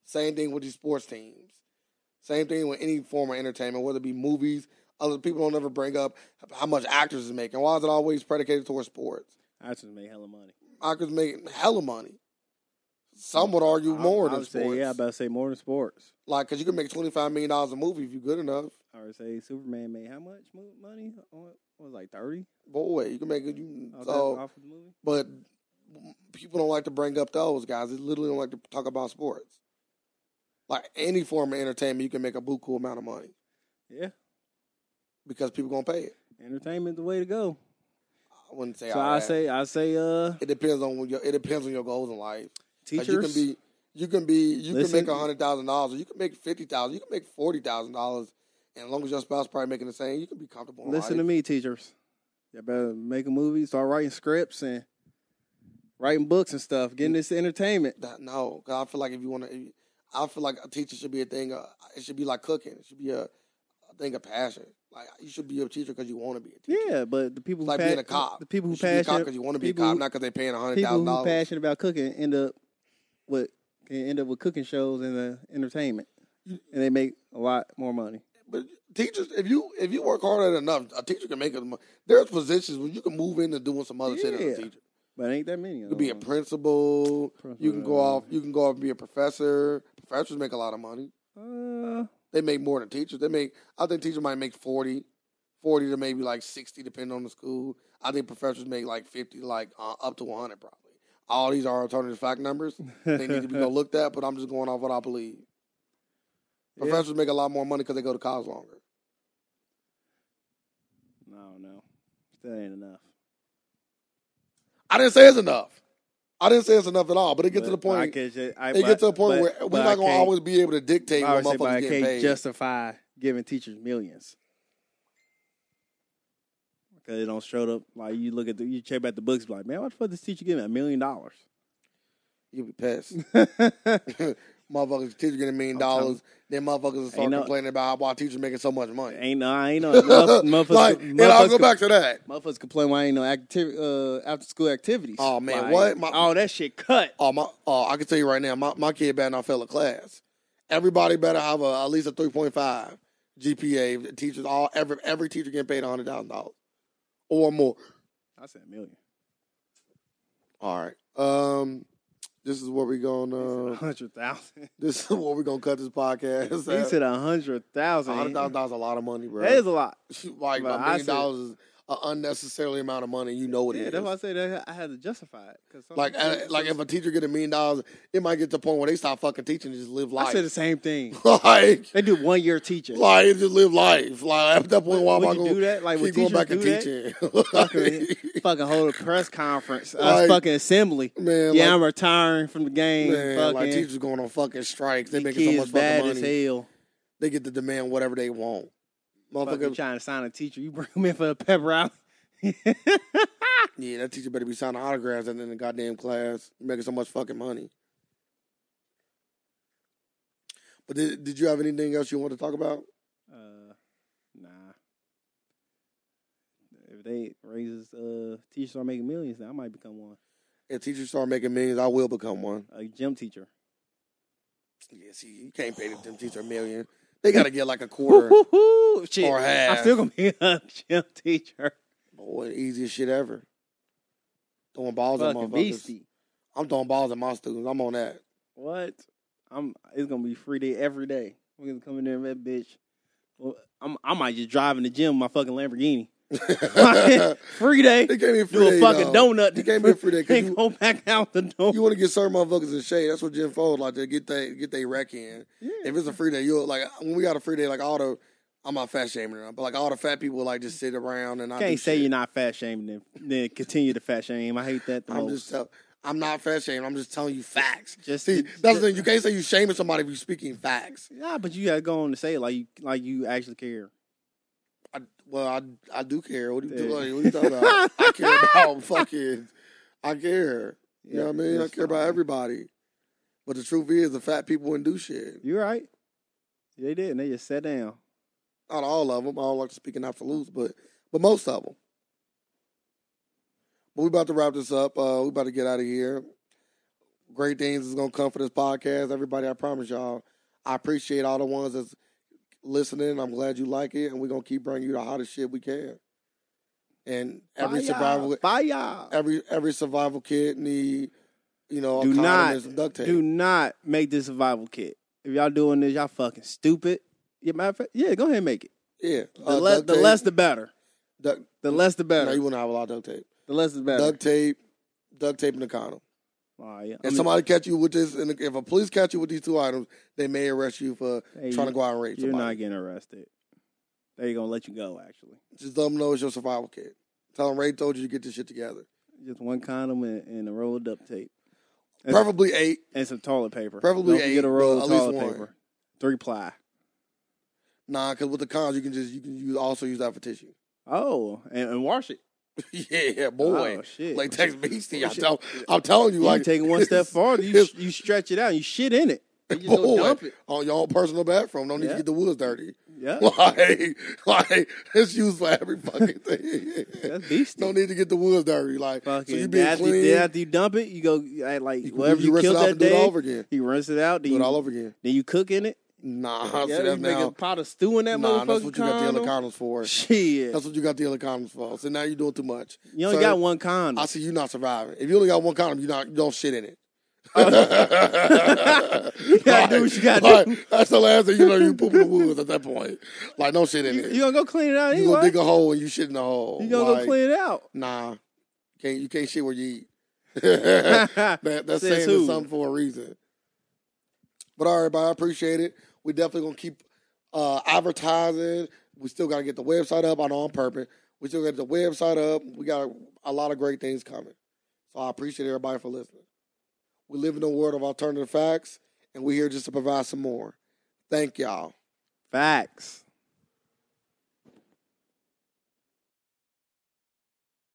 [SPEAKER 2] Same thing with these sports teams. Same thing with any form of entertainment, whether it be movies. Other people don't ever bring up how much actors is making. Why is it always predicated towards sports?
[SPEAKER 1] I just make hella money.
[SPEAKER 2] Actors making hella money. Some would argue
[SPEAKER 1] I,
[SPEAKER 2] more
[SPEAKER 1] I
[SPEAKER 2] than
[SPEAKER 1] would
[SPEAKER 2] sports.
[SPEAKER 1] say yeah, I about to say more than sports.
[SPEAKER 2] Like, cause you can make twenty five million dollars a movie if you're good enough.
[SPEAKER 1] I would say Superman made how much mo- money? On, what was it, like thirty?
[SPEAKER 2] Boy, you can make it. You,
[SPEAKER 1] Off, Oh, that-
[SPEAKER 2] so,
[SPEAKER 1] off of the movie.
[SPEAKER 2] but people don't like to bring up those guys. They literally don't like to talk about sports. Like any form of entertainment, you can make a boo cool amount of money
[SPEAKER 1] Yeah,
[SPEAKER 2] because people gonna pay it.
[SPEAKER 1] entertainment the way to go.
[SPEAKER 2] I wouldn't say.
[SPEAKER 1] so
[SPEAKER 2] all
[SPEAKER 1] I
[SPEAKER 2] that.
[SPEAKER 1] say, I say, uh,
[SPEAKER 2] it depends on what your it depends on your goals in life. 'Cause
[SPEAKER 1] teachers.
[SPEAKER 2] you can be you can be you
[SPEAKER 1] Listen.
[SPEAKER 2] can make a hundred thousand dollars, or you can make fifty thousand, you can make forty thousand dollars, and as long as your spouse probably making the same, you can be comfortable. in
[SPEAKER 1] Listen
[SPEAKER 2] life.
[SPEAKER 1] to me, teachers. You better make a movie, start writing scripts and writing books and stuff,
[SPEAKER 2] Mm.
[SPEAKER 1] getting this entertainment.
[SPEAKER 2] That, no, 'cause I feel like if you want to, I feel like a teacher should be a thing. Uh, it should be like cooking. It should be a, a thing of passion. Like you should be a teacher because you want to be a teacher.
[SPEAKER 1] Yeah, but the people
[SPEAKER 2] It's like
[SPEAKER 1] who
[SPEAKER 2] being
[SPEAKER 1] pa-
[SPEAKER 2] a cop.
[SPEAKER 1] the people who
[SPEAKER 2] You should be a cop
[SPEAKER 1] passionate,
[SPEAKER 2] because you want to be a
[SPEAKER 1] people
[SPEAKER 2] cop,
[SPEAKER 1] who-
[SPEAKER 2] not because they're paying a hundred
[SPEAKER 1] people
[SPEAKER 2] thousand
[SPEAKER 1] who
[SPEAKER 2] dollars.
[SPEAKER 1] passionate about cooking end up with can end up with cooking shows and the entertainment, and they make a lot more money.
[SPEAKER 2] But teachers, if you if you work hard at it enough, a teacher can make it. mo- There's positions where you can move into doing some other shit as
[SPEAKER 1] Yeah.
[SPEAKER 2] a teacher.
[SPEAKER 1] But ain't that many?
[SPEAKER 2] You
[SPEAKER 1] of
[SPEAKER 2] can be a
[SPEAKER 1] them.
[SPEAKER 2] principal. You can
[SPEAKER 1] Principal.
[SPEAKER 2] go off. You can go off and be a professor. Professors make a lot of money.
[SPEAKER 1] Uh,
[SPEAKER 2] They make more than teachers. They make I think teachers might make 40, 40 to maybe like sixty, depending on the school. I think professors make like fifty, like uh, up to one hundred probably. All these are alternative fact numbers. They need to
[SPEAKER 1] [laughs]
[SPEAKER 2] be go looked at, but I'm just going off what I believe.
[SPEAKER 1] Yeah.
[SPEAKER 2] Professors make a lot more money because they go to college longer.
[SPEAKER 1] I don't know. Still ain't enough.
[SPEAKER 2] I didn't say it's enough. I didn't say it's enough at all, but it gets to the
[SPEAKER 1] But I
[SPEAKER 2] point.
[SPEAKER 1] can't ju- I-
[SPEAKER 2] It
[SPEAKER 1] but-
[SPEAKER 2] gets to the point
[SPEAKER 1] but-
[SPEAKER 2] where
[SPEAKER 1] but
[SPEAKER 2] we're
[SPEAKER 1] I
[SPEAKER 2] not gonna
[SPEAKER 1] can't-
[SPEAKER 2] always be able to dictate
[SPEAKER 1] I
[SPEAKER 2] when
[SPEAKER 1] would say, but
[SPEAKER 2] motherfuckers
[SPEAKER 1] I
[SPEAKER 2] getting
[SPEAKER 1] can't
[SPEAKER 2] paid.
[SPEAKER 1] justify giving teachers millions because it don't show up. Like you look at the, you check back the books, be like man, what the fuck this teacher giving a million dollars? [laughs]
[SPEAKER 2] You'll be pissed.
[SPEAKER 1] Ain't
[SPEAKER 2] motherfuckers, teachers getting a million
[SPEAKER 1] telling-
[SPEAKER 2] dollars. Then motherfuckers start
[SPEAKER 1] no-
[SPEAKER 2] complaining about why teachers making so much money.
[SPEAKER 1] no, I ain't no motherf- motherfuckers.
[SPEAKER 2] [laughs] like, and I'll go
[SPEAKER 1] motherfuckers-
[SPEAKER 2] back to that.
[SPEAKER 1] Motherfuckers complain why ain't no activ- uh, after school activities.
[SPEAKER 2] Oh, man,
[SPEAKER 1] Like,
[SPEAKER 2] what? My-
[SPEAKER 1] all that shit cut.
[SPEAKER 2] Oh my! Oh, I can tell you right now, my, my kid better not fail a class. Everybody better have a, at least a three point five GPA. The Teachers, all every every teacher getting paid hundred thousand dollars or more.
[SPEAKER 1] I said a million.
[SPEAKER 2] All right. Um, this is what we're
[SPEAKER 1] [laughs] A
[SPEAKER 2] gonna. [laughs]
[SPEAKER 1] hundred thousand.
[SPEAKER 2] This is what we're gonna cut this podcast.
[SPEAKER 1] He said a hundred thousand.
[SPEAKER 2] hundred thousand dollars. A lot of money, bro.
[SPEAKER 1] That is a lot.
[SPEAKER 2] [laughs] like a
[SPEAKER 1] but I said-
[SPEAKER 2] million dollars is an unnecessarily amount of money. You know what
[SPEAKER 1] Yeah,
[SPEAKER 2] it
[SPEAKER 1] that's why I
[SPEAKER 2] is.
[SPEAKER 1] said that I had to justify it. 'cause some
[SPEAKER 2] Like, uh,
[SPEAKER 1] teachers-
[SPEAKER 2] like if a teacher get a million dollars, it might get to the point where they stop fucking teaching and just live
[SPEAKER 1] I said
[SPEAKER 2] life.
[SPEAKER 1] the same thing.
[SPEAKER 2] [laughs] like,
[SPEAKER 1] They do one year teacher.
[SPEAKER 2] Like, just live life. Like, at that point, why am
[SPEAKER 1] Would
[SPEAKER 2] I
[SPEAKER 1] you
[SPEAKER 2] going
[SPEAKER 1] do that? Like,
[SPEAKER 2] keep
[SPEAKER 1] would
[SPEAKER 2] going
[SPEAKER 1] teachers
[SPEAKER 2] back and
[SPEAKER 1] do that? [laughs]
[SPEAKER 2] teaching?
[SPEAKER 1] fucking, fucking hold a press conference, a
[SPEAKER 2] Like-
[SPEAKER 1] fucking assembly.
[SPEAKER 2] [laughs] man,
[SPEAKER 1] yeah,
[SPEAKER 2] like,
[SPEAKER 1] I'm retiring from the game.
[SPEAKER 2] man,
[SPEAKER 1] fucking,
[SPEAKER 2] like, teachers going on fucking strikes. They
[SPEAKER 1] these
[SPEAKER 2] making so
[SPEAKER 1] kids
[SPEAKER 2] much
[SPEAKER 1] bad
[SPEAKER 2] fucking money.
[SPEAKER 1] as hell.
[SPEAKER 2] They get to demand whatever they want.
[SPEAKER 1] Fucking
[SPEAKER 2] Motherfucker,
[SPEAKER 1] trying to sign a teacher, you [laughs] bring them in for a pep rally. [laughs]
[SPEAKER 2] yeah, that teacher better be signing autographs and in the goddamn class. You're making so much fucking money. But did, did you have anything else you want to talk about?
[SPEAKER 1] Uh, nah. If they raises uh teachers are making millions, then I might become one.
[SPEAKER 2] If teachers start making millions, I will become one.
[SPEAKER 1] A gym teacher.
[SPEAKER 2] Yeah, see, you can't pay them teachers a million. They got to get like a quarter.
[SPEAKER 1] [laughs] Woo-hoo-hoo. Shit,
[SPEAKER 2] Or half.
[SPEAKER 1] I'm still gonna be [laughs] a gym teacher.
[SPEAKER 2] Boy, the easiest shit ever. Throwing balls at
[SPEAKER 1] Fucking
[SPEAKER 2] motherfuckers.
[SPEAKER 1] beastie.
[SPEAKER 2] I'm throwing balls at my students. I'm
[SPEAKER 1] [laughs]
[SPEAKER 2] on that.
[SPEAKER 1] What? I'm. It's gonna be free day every day. We're gonna come in there and that bitch. Well, I'm. I might just drive in the gym with my fucking Lamborghini. free day.
[SPEAKER 2] they gave me a free
[SPEAKER 1] Do a
[SPEAKER 2] day,
[SPEAKER 1] fucking
[SPEAKER 2] dog.
[SPEAKER 1] donut.
[SPEAKER 2] They gave me a
[SPEAKER 1] [laughs]
[SPEAKER 2] free day 'cause
[SPEAKER 1] Then
[SPEAKER 2] you-
[SPEAKER 1] go back out the door.
[SPEAKER 2] You want to get certain motherfuckers in shade. That's what Jim Fold like to get they get they wreck in.
[SPEAKER 1] Yeah.
[SPEAKER 2] If it's a free day, you'll like when we got a free day, like all the I'm not fat shaming them, but like all the fat people like just sit around and I do
[SPEAKER 1] Can't say
[SPEAKER 2] shit.
[SPEAKER 1] you're not fat shaming them. Then continue to fat shame. I hate that the
[SPEAKER 2] I'm
[SPEAKER 1] most.
[SPEAKER 2] just tell, I'm not fat shaming. I'm just telling you facts.
[SPEAKER 1] Just-
[SPEAKER 2] see that's the thing. You can't say you shaming somebody if you speaking facts.
[SPEAKER 1] yeah, but you gotta go on to say it like you like you actually care.
[SPEAKER 2] I, well, I I do care. What do you
[SPEAKER 1] Yeah.
[SPEAKER 2] do? Like, what you
[SPEAKER 1] [laughs]
[SPEAKER 2] talking about? I care about fucking. I care. You know what I mean? I
[SPEAKER 1] it's
[SPEAKER 2] care about
[SPEAKER 1] fine.
[SPEAKER 2] everybody. But the truth is, the fat people wouldn't do shit.
[SPEAKER 1] You're right. They did, and they just sat down.
[SPEAKER 2] Not all of them. I don't like to speak in absolutes, but but most of them. But we about to wrap this up. Uh, we about to get out of here. Great things is gonna come for this podcast. Everybody, I promise y'all. I appreciate all the ones that's listening. I'm glad you like it, and we're gonna keep bringing you the hottest shit we can. And every survival,
[SPEAKER 1] fire.
[SPEAKER 2] every every survival kid need, you know,
[SPEAKER 1] Do
[SPEAKER 2] a condom
[SPEAKER 1] not-
[SPEAKER 2] and some duct tape.
[SPEAKER 1] Do not make this survival kit. If y'all doing this, y'all fucking stupid. Yeah, matter of fact, yeah, go ahead and make it.
[SPEAKER 2] yeah,
[SPEAKER 1] The,
[SPEAKER 2] uh,
[SPEAKER 1] le-
[SPEAKER 2] duct
[SPEAKER 1] the
[SPEAKER 2] tape,
[SPEAKER 1] less the better.
[SPEAKER 2] duct-
[SPEAKER 1] The less the
[SPEAKER 2] no,
[SPEAKER 1] better.
[SPEAKER 2] you wouldn't have a lot of duct tape.
[SPEAKER 1] the less the better.
[SPEAKER 2] Duct tape, duct tape, and a condom.
[SPEAKER 1] All right, yeah.
[SPEAKER 2] If somebody catch you with this, and if a police catch you with these two items, they may arrest you for
[SPEAKER 1] hey,
[SPEAKER 2] trying to go out and rape
[SPEAKER 1] You're not
[SPEAKER 2] somebody.
[SPEAKER 1] getting arrested. They gonna let you go. Actually,
[SPEAKER 2] Just let them know it's your survival kit. Tell them Ray told you to get this shit together.
[SPEAKER 1] just one condom and, and a roll of duct tape That's-
[SPEAKER 2] Preferably eight.
[SPEAKER 1] and some toilet paper.
[SPEAKER 2] Preferably
[SPEAKER 1] Don't forget
[SPEAKER 2] eight,
[SPEAKER 1] a roll
[SPEAKER 2] but
[SPEAKER 1] of
[SPEAKER 2] at least
[SPEAKER 1] toilet
[SPEAKER 2] one.
[SPEAKER 1] paper. Three ply.
[SPEAKER 2] Nah, because with the cons, you can just you can use also use that for tissue. [laughs]
[SPEAKER 1] Oh, and, and wash it.
[SPEAKER 2] yeah, boy.
[SPEAKER 1] oh, shit.
[SPEAKER 2] like Tex Beastie, I
[SPEAKER 1] Shit.
[SPEAKER 2] tell, I'm telling you,
[SPEAKER 1] You
[SPEAKER 2] like
[SPEAKER 1] like, taking one
[SPEAKER 2] [laughs]
[SPEAKER 1] step
[SPEAKER 2] it's-
[SPEAKER 1] farther. You
[SPEAKER 2] it's-
[SPEAKER 1] you stretch it out. You shit in it. You just go
[SPEAKER 2] boy,
[SPEAKER 1] dump it.
[SPEAKER 2] on your own personal bathroom. Don't need
[SPEAKER 1] Yeah.
[SPEAKER 2] to get the woods
[SPEAKER 1] [laughs]
[SPEAKER 2] dirty. [laughs]
[SPEAKER 1] Yeah,
[SPEAKER 2] Like, like it's used for every fucking thing.
[SPEAKER 1] that's beastie.
[SPEAKER 2] [laughs] Don't need to get the woods dirty. Like,
[SPEAKER 1] Fucking
[SPEAKER 2] so you
[SPEAKER 1] then
[SPEAKER 2] being
[SPEAKER 1] after,
[SPEAKER 2] clean.
[SPEAKER 1] then after you dump it, you go you act like
[SPEAKER 2] You,
[SPEAKER 1] whatever
[SPEAKER 2] you,
[SPEAKER 1] you,
[SPEAKER 2] rinse it
[SPEAKER 1] killed
[SPEAKER 2] off
[SPEAKER 1] that
[SPEAKER 2] and do it
[SPEAKER 1] day.
[SPEAKER 2] all over again.
[SPEAKER 1] You rinse it out. Then
[SPEAKER 2] Do
[SPEAKER 1] you,
[SPEAKER 2] it all over again.
[SPEAKER 1] then you cook in it.
[SPEAKER 2] Nah,
[SPEAKER 1] yeah,
[SPEAKER 2] see,
[SPEAKER 1] you
[SPEAKER 2] that's
[SPEAKER 1] make a
[SPEAKER 2] now.
[SPEAKER 1] pot of stew in that
[SPEAKER 2] Nah,
[SPEAKER 1] motherfucking
[SPEAKER 2] that's what you got the other
[SPEAKER 1] condom.
[SPEAKER 2] condoms for.
[SPEAKER 1] Shit,
[SPEAKER 2] That's what you got the other condoms for. So now you're doing too much.
[SPEAKER 1] you only
[SPEAKER 2] So,
[SPEAKER 1] got one condom.
[SPEAKER 2] I see you not surviving. If you only got one condom, you not you don't
[SPEAKER 1] [laughs]
[SPEAKER 2] shit in it. [laughs]
[SPEAKER 1] You gotta do what you gotta
[SPEAKER 2] Like, like, That's the last thing you know.
[SPEAKER 1] [laughs]
[SPEAKER 2] You poop in the woods at that point. Like, don't shit in
[SPEAKER 1] you,
[SPEAKER 2] it.
[SPEAKER 1] you gonna go clean it out
[SPEAKER 2] You gonna
[SPEAKER 1] anyway.
[SPEAKER 2] dig a hole and you shit in the hole.
[SPEAKER 1] You gonna
[SPEAKER 2] Like,
[SPEAKER 1] go clean it out.
[SPEAKER 2] [laughs] Nah, can't you can't shit where you
[SPEAKER 1] [laughs]
[SPEAKER 2] eat. that, that's
[SPEAKER 1] Says
[SPEAKER 2] saying it's
[SPEAKER 1] who?
[SPEAKER 2] something for a reason. But all right, everybody, I appreciate it. We definitely gonna keep uh, advertising. We still gotta get the website up. I know on purpose. We still got the website up. We got a lot of great things coming. So I appreciate everybody for listening. We live in a world of alternative facts, and we're here just to provide some more. Thank y'all.
[SPEAKER 1] [laughs] Facts.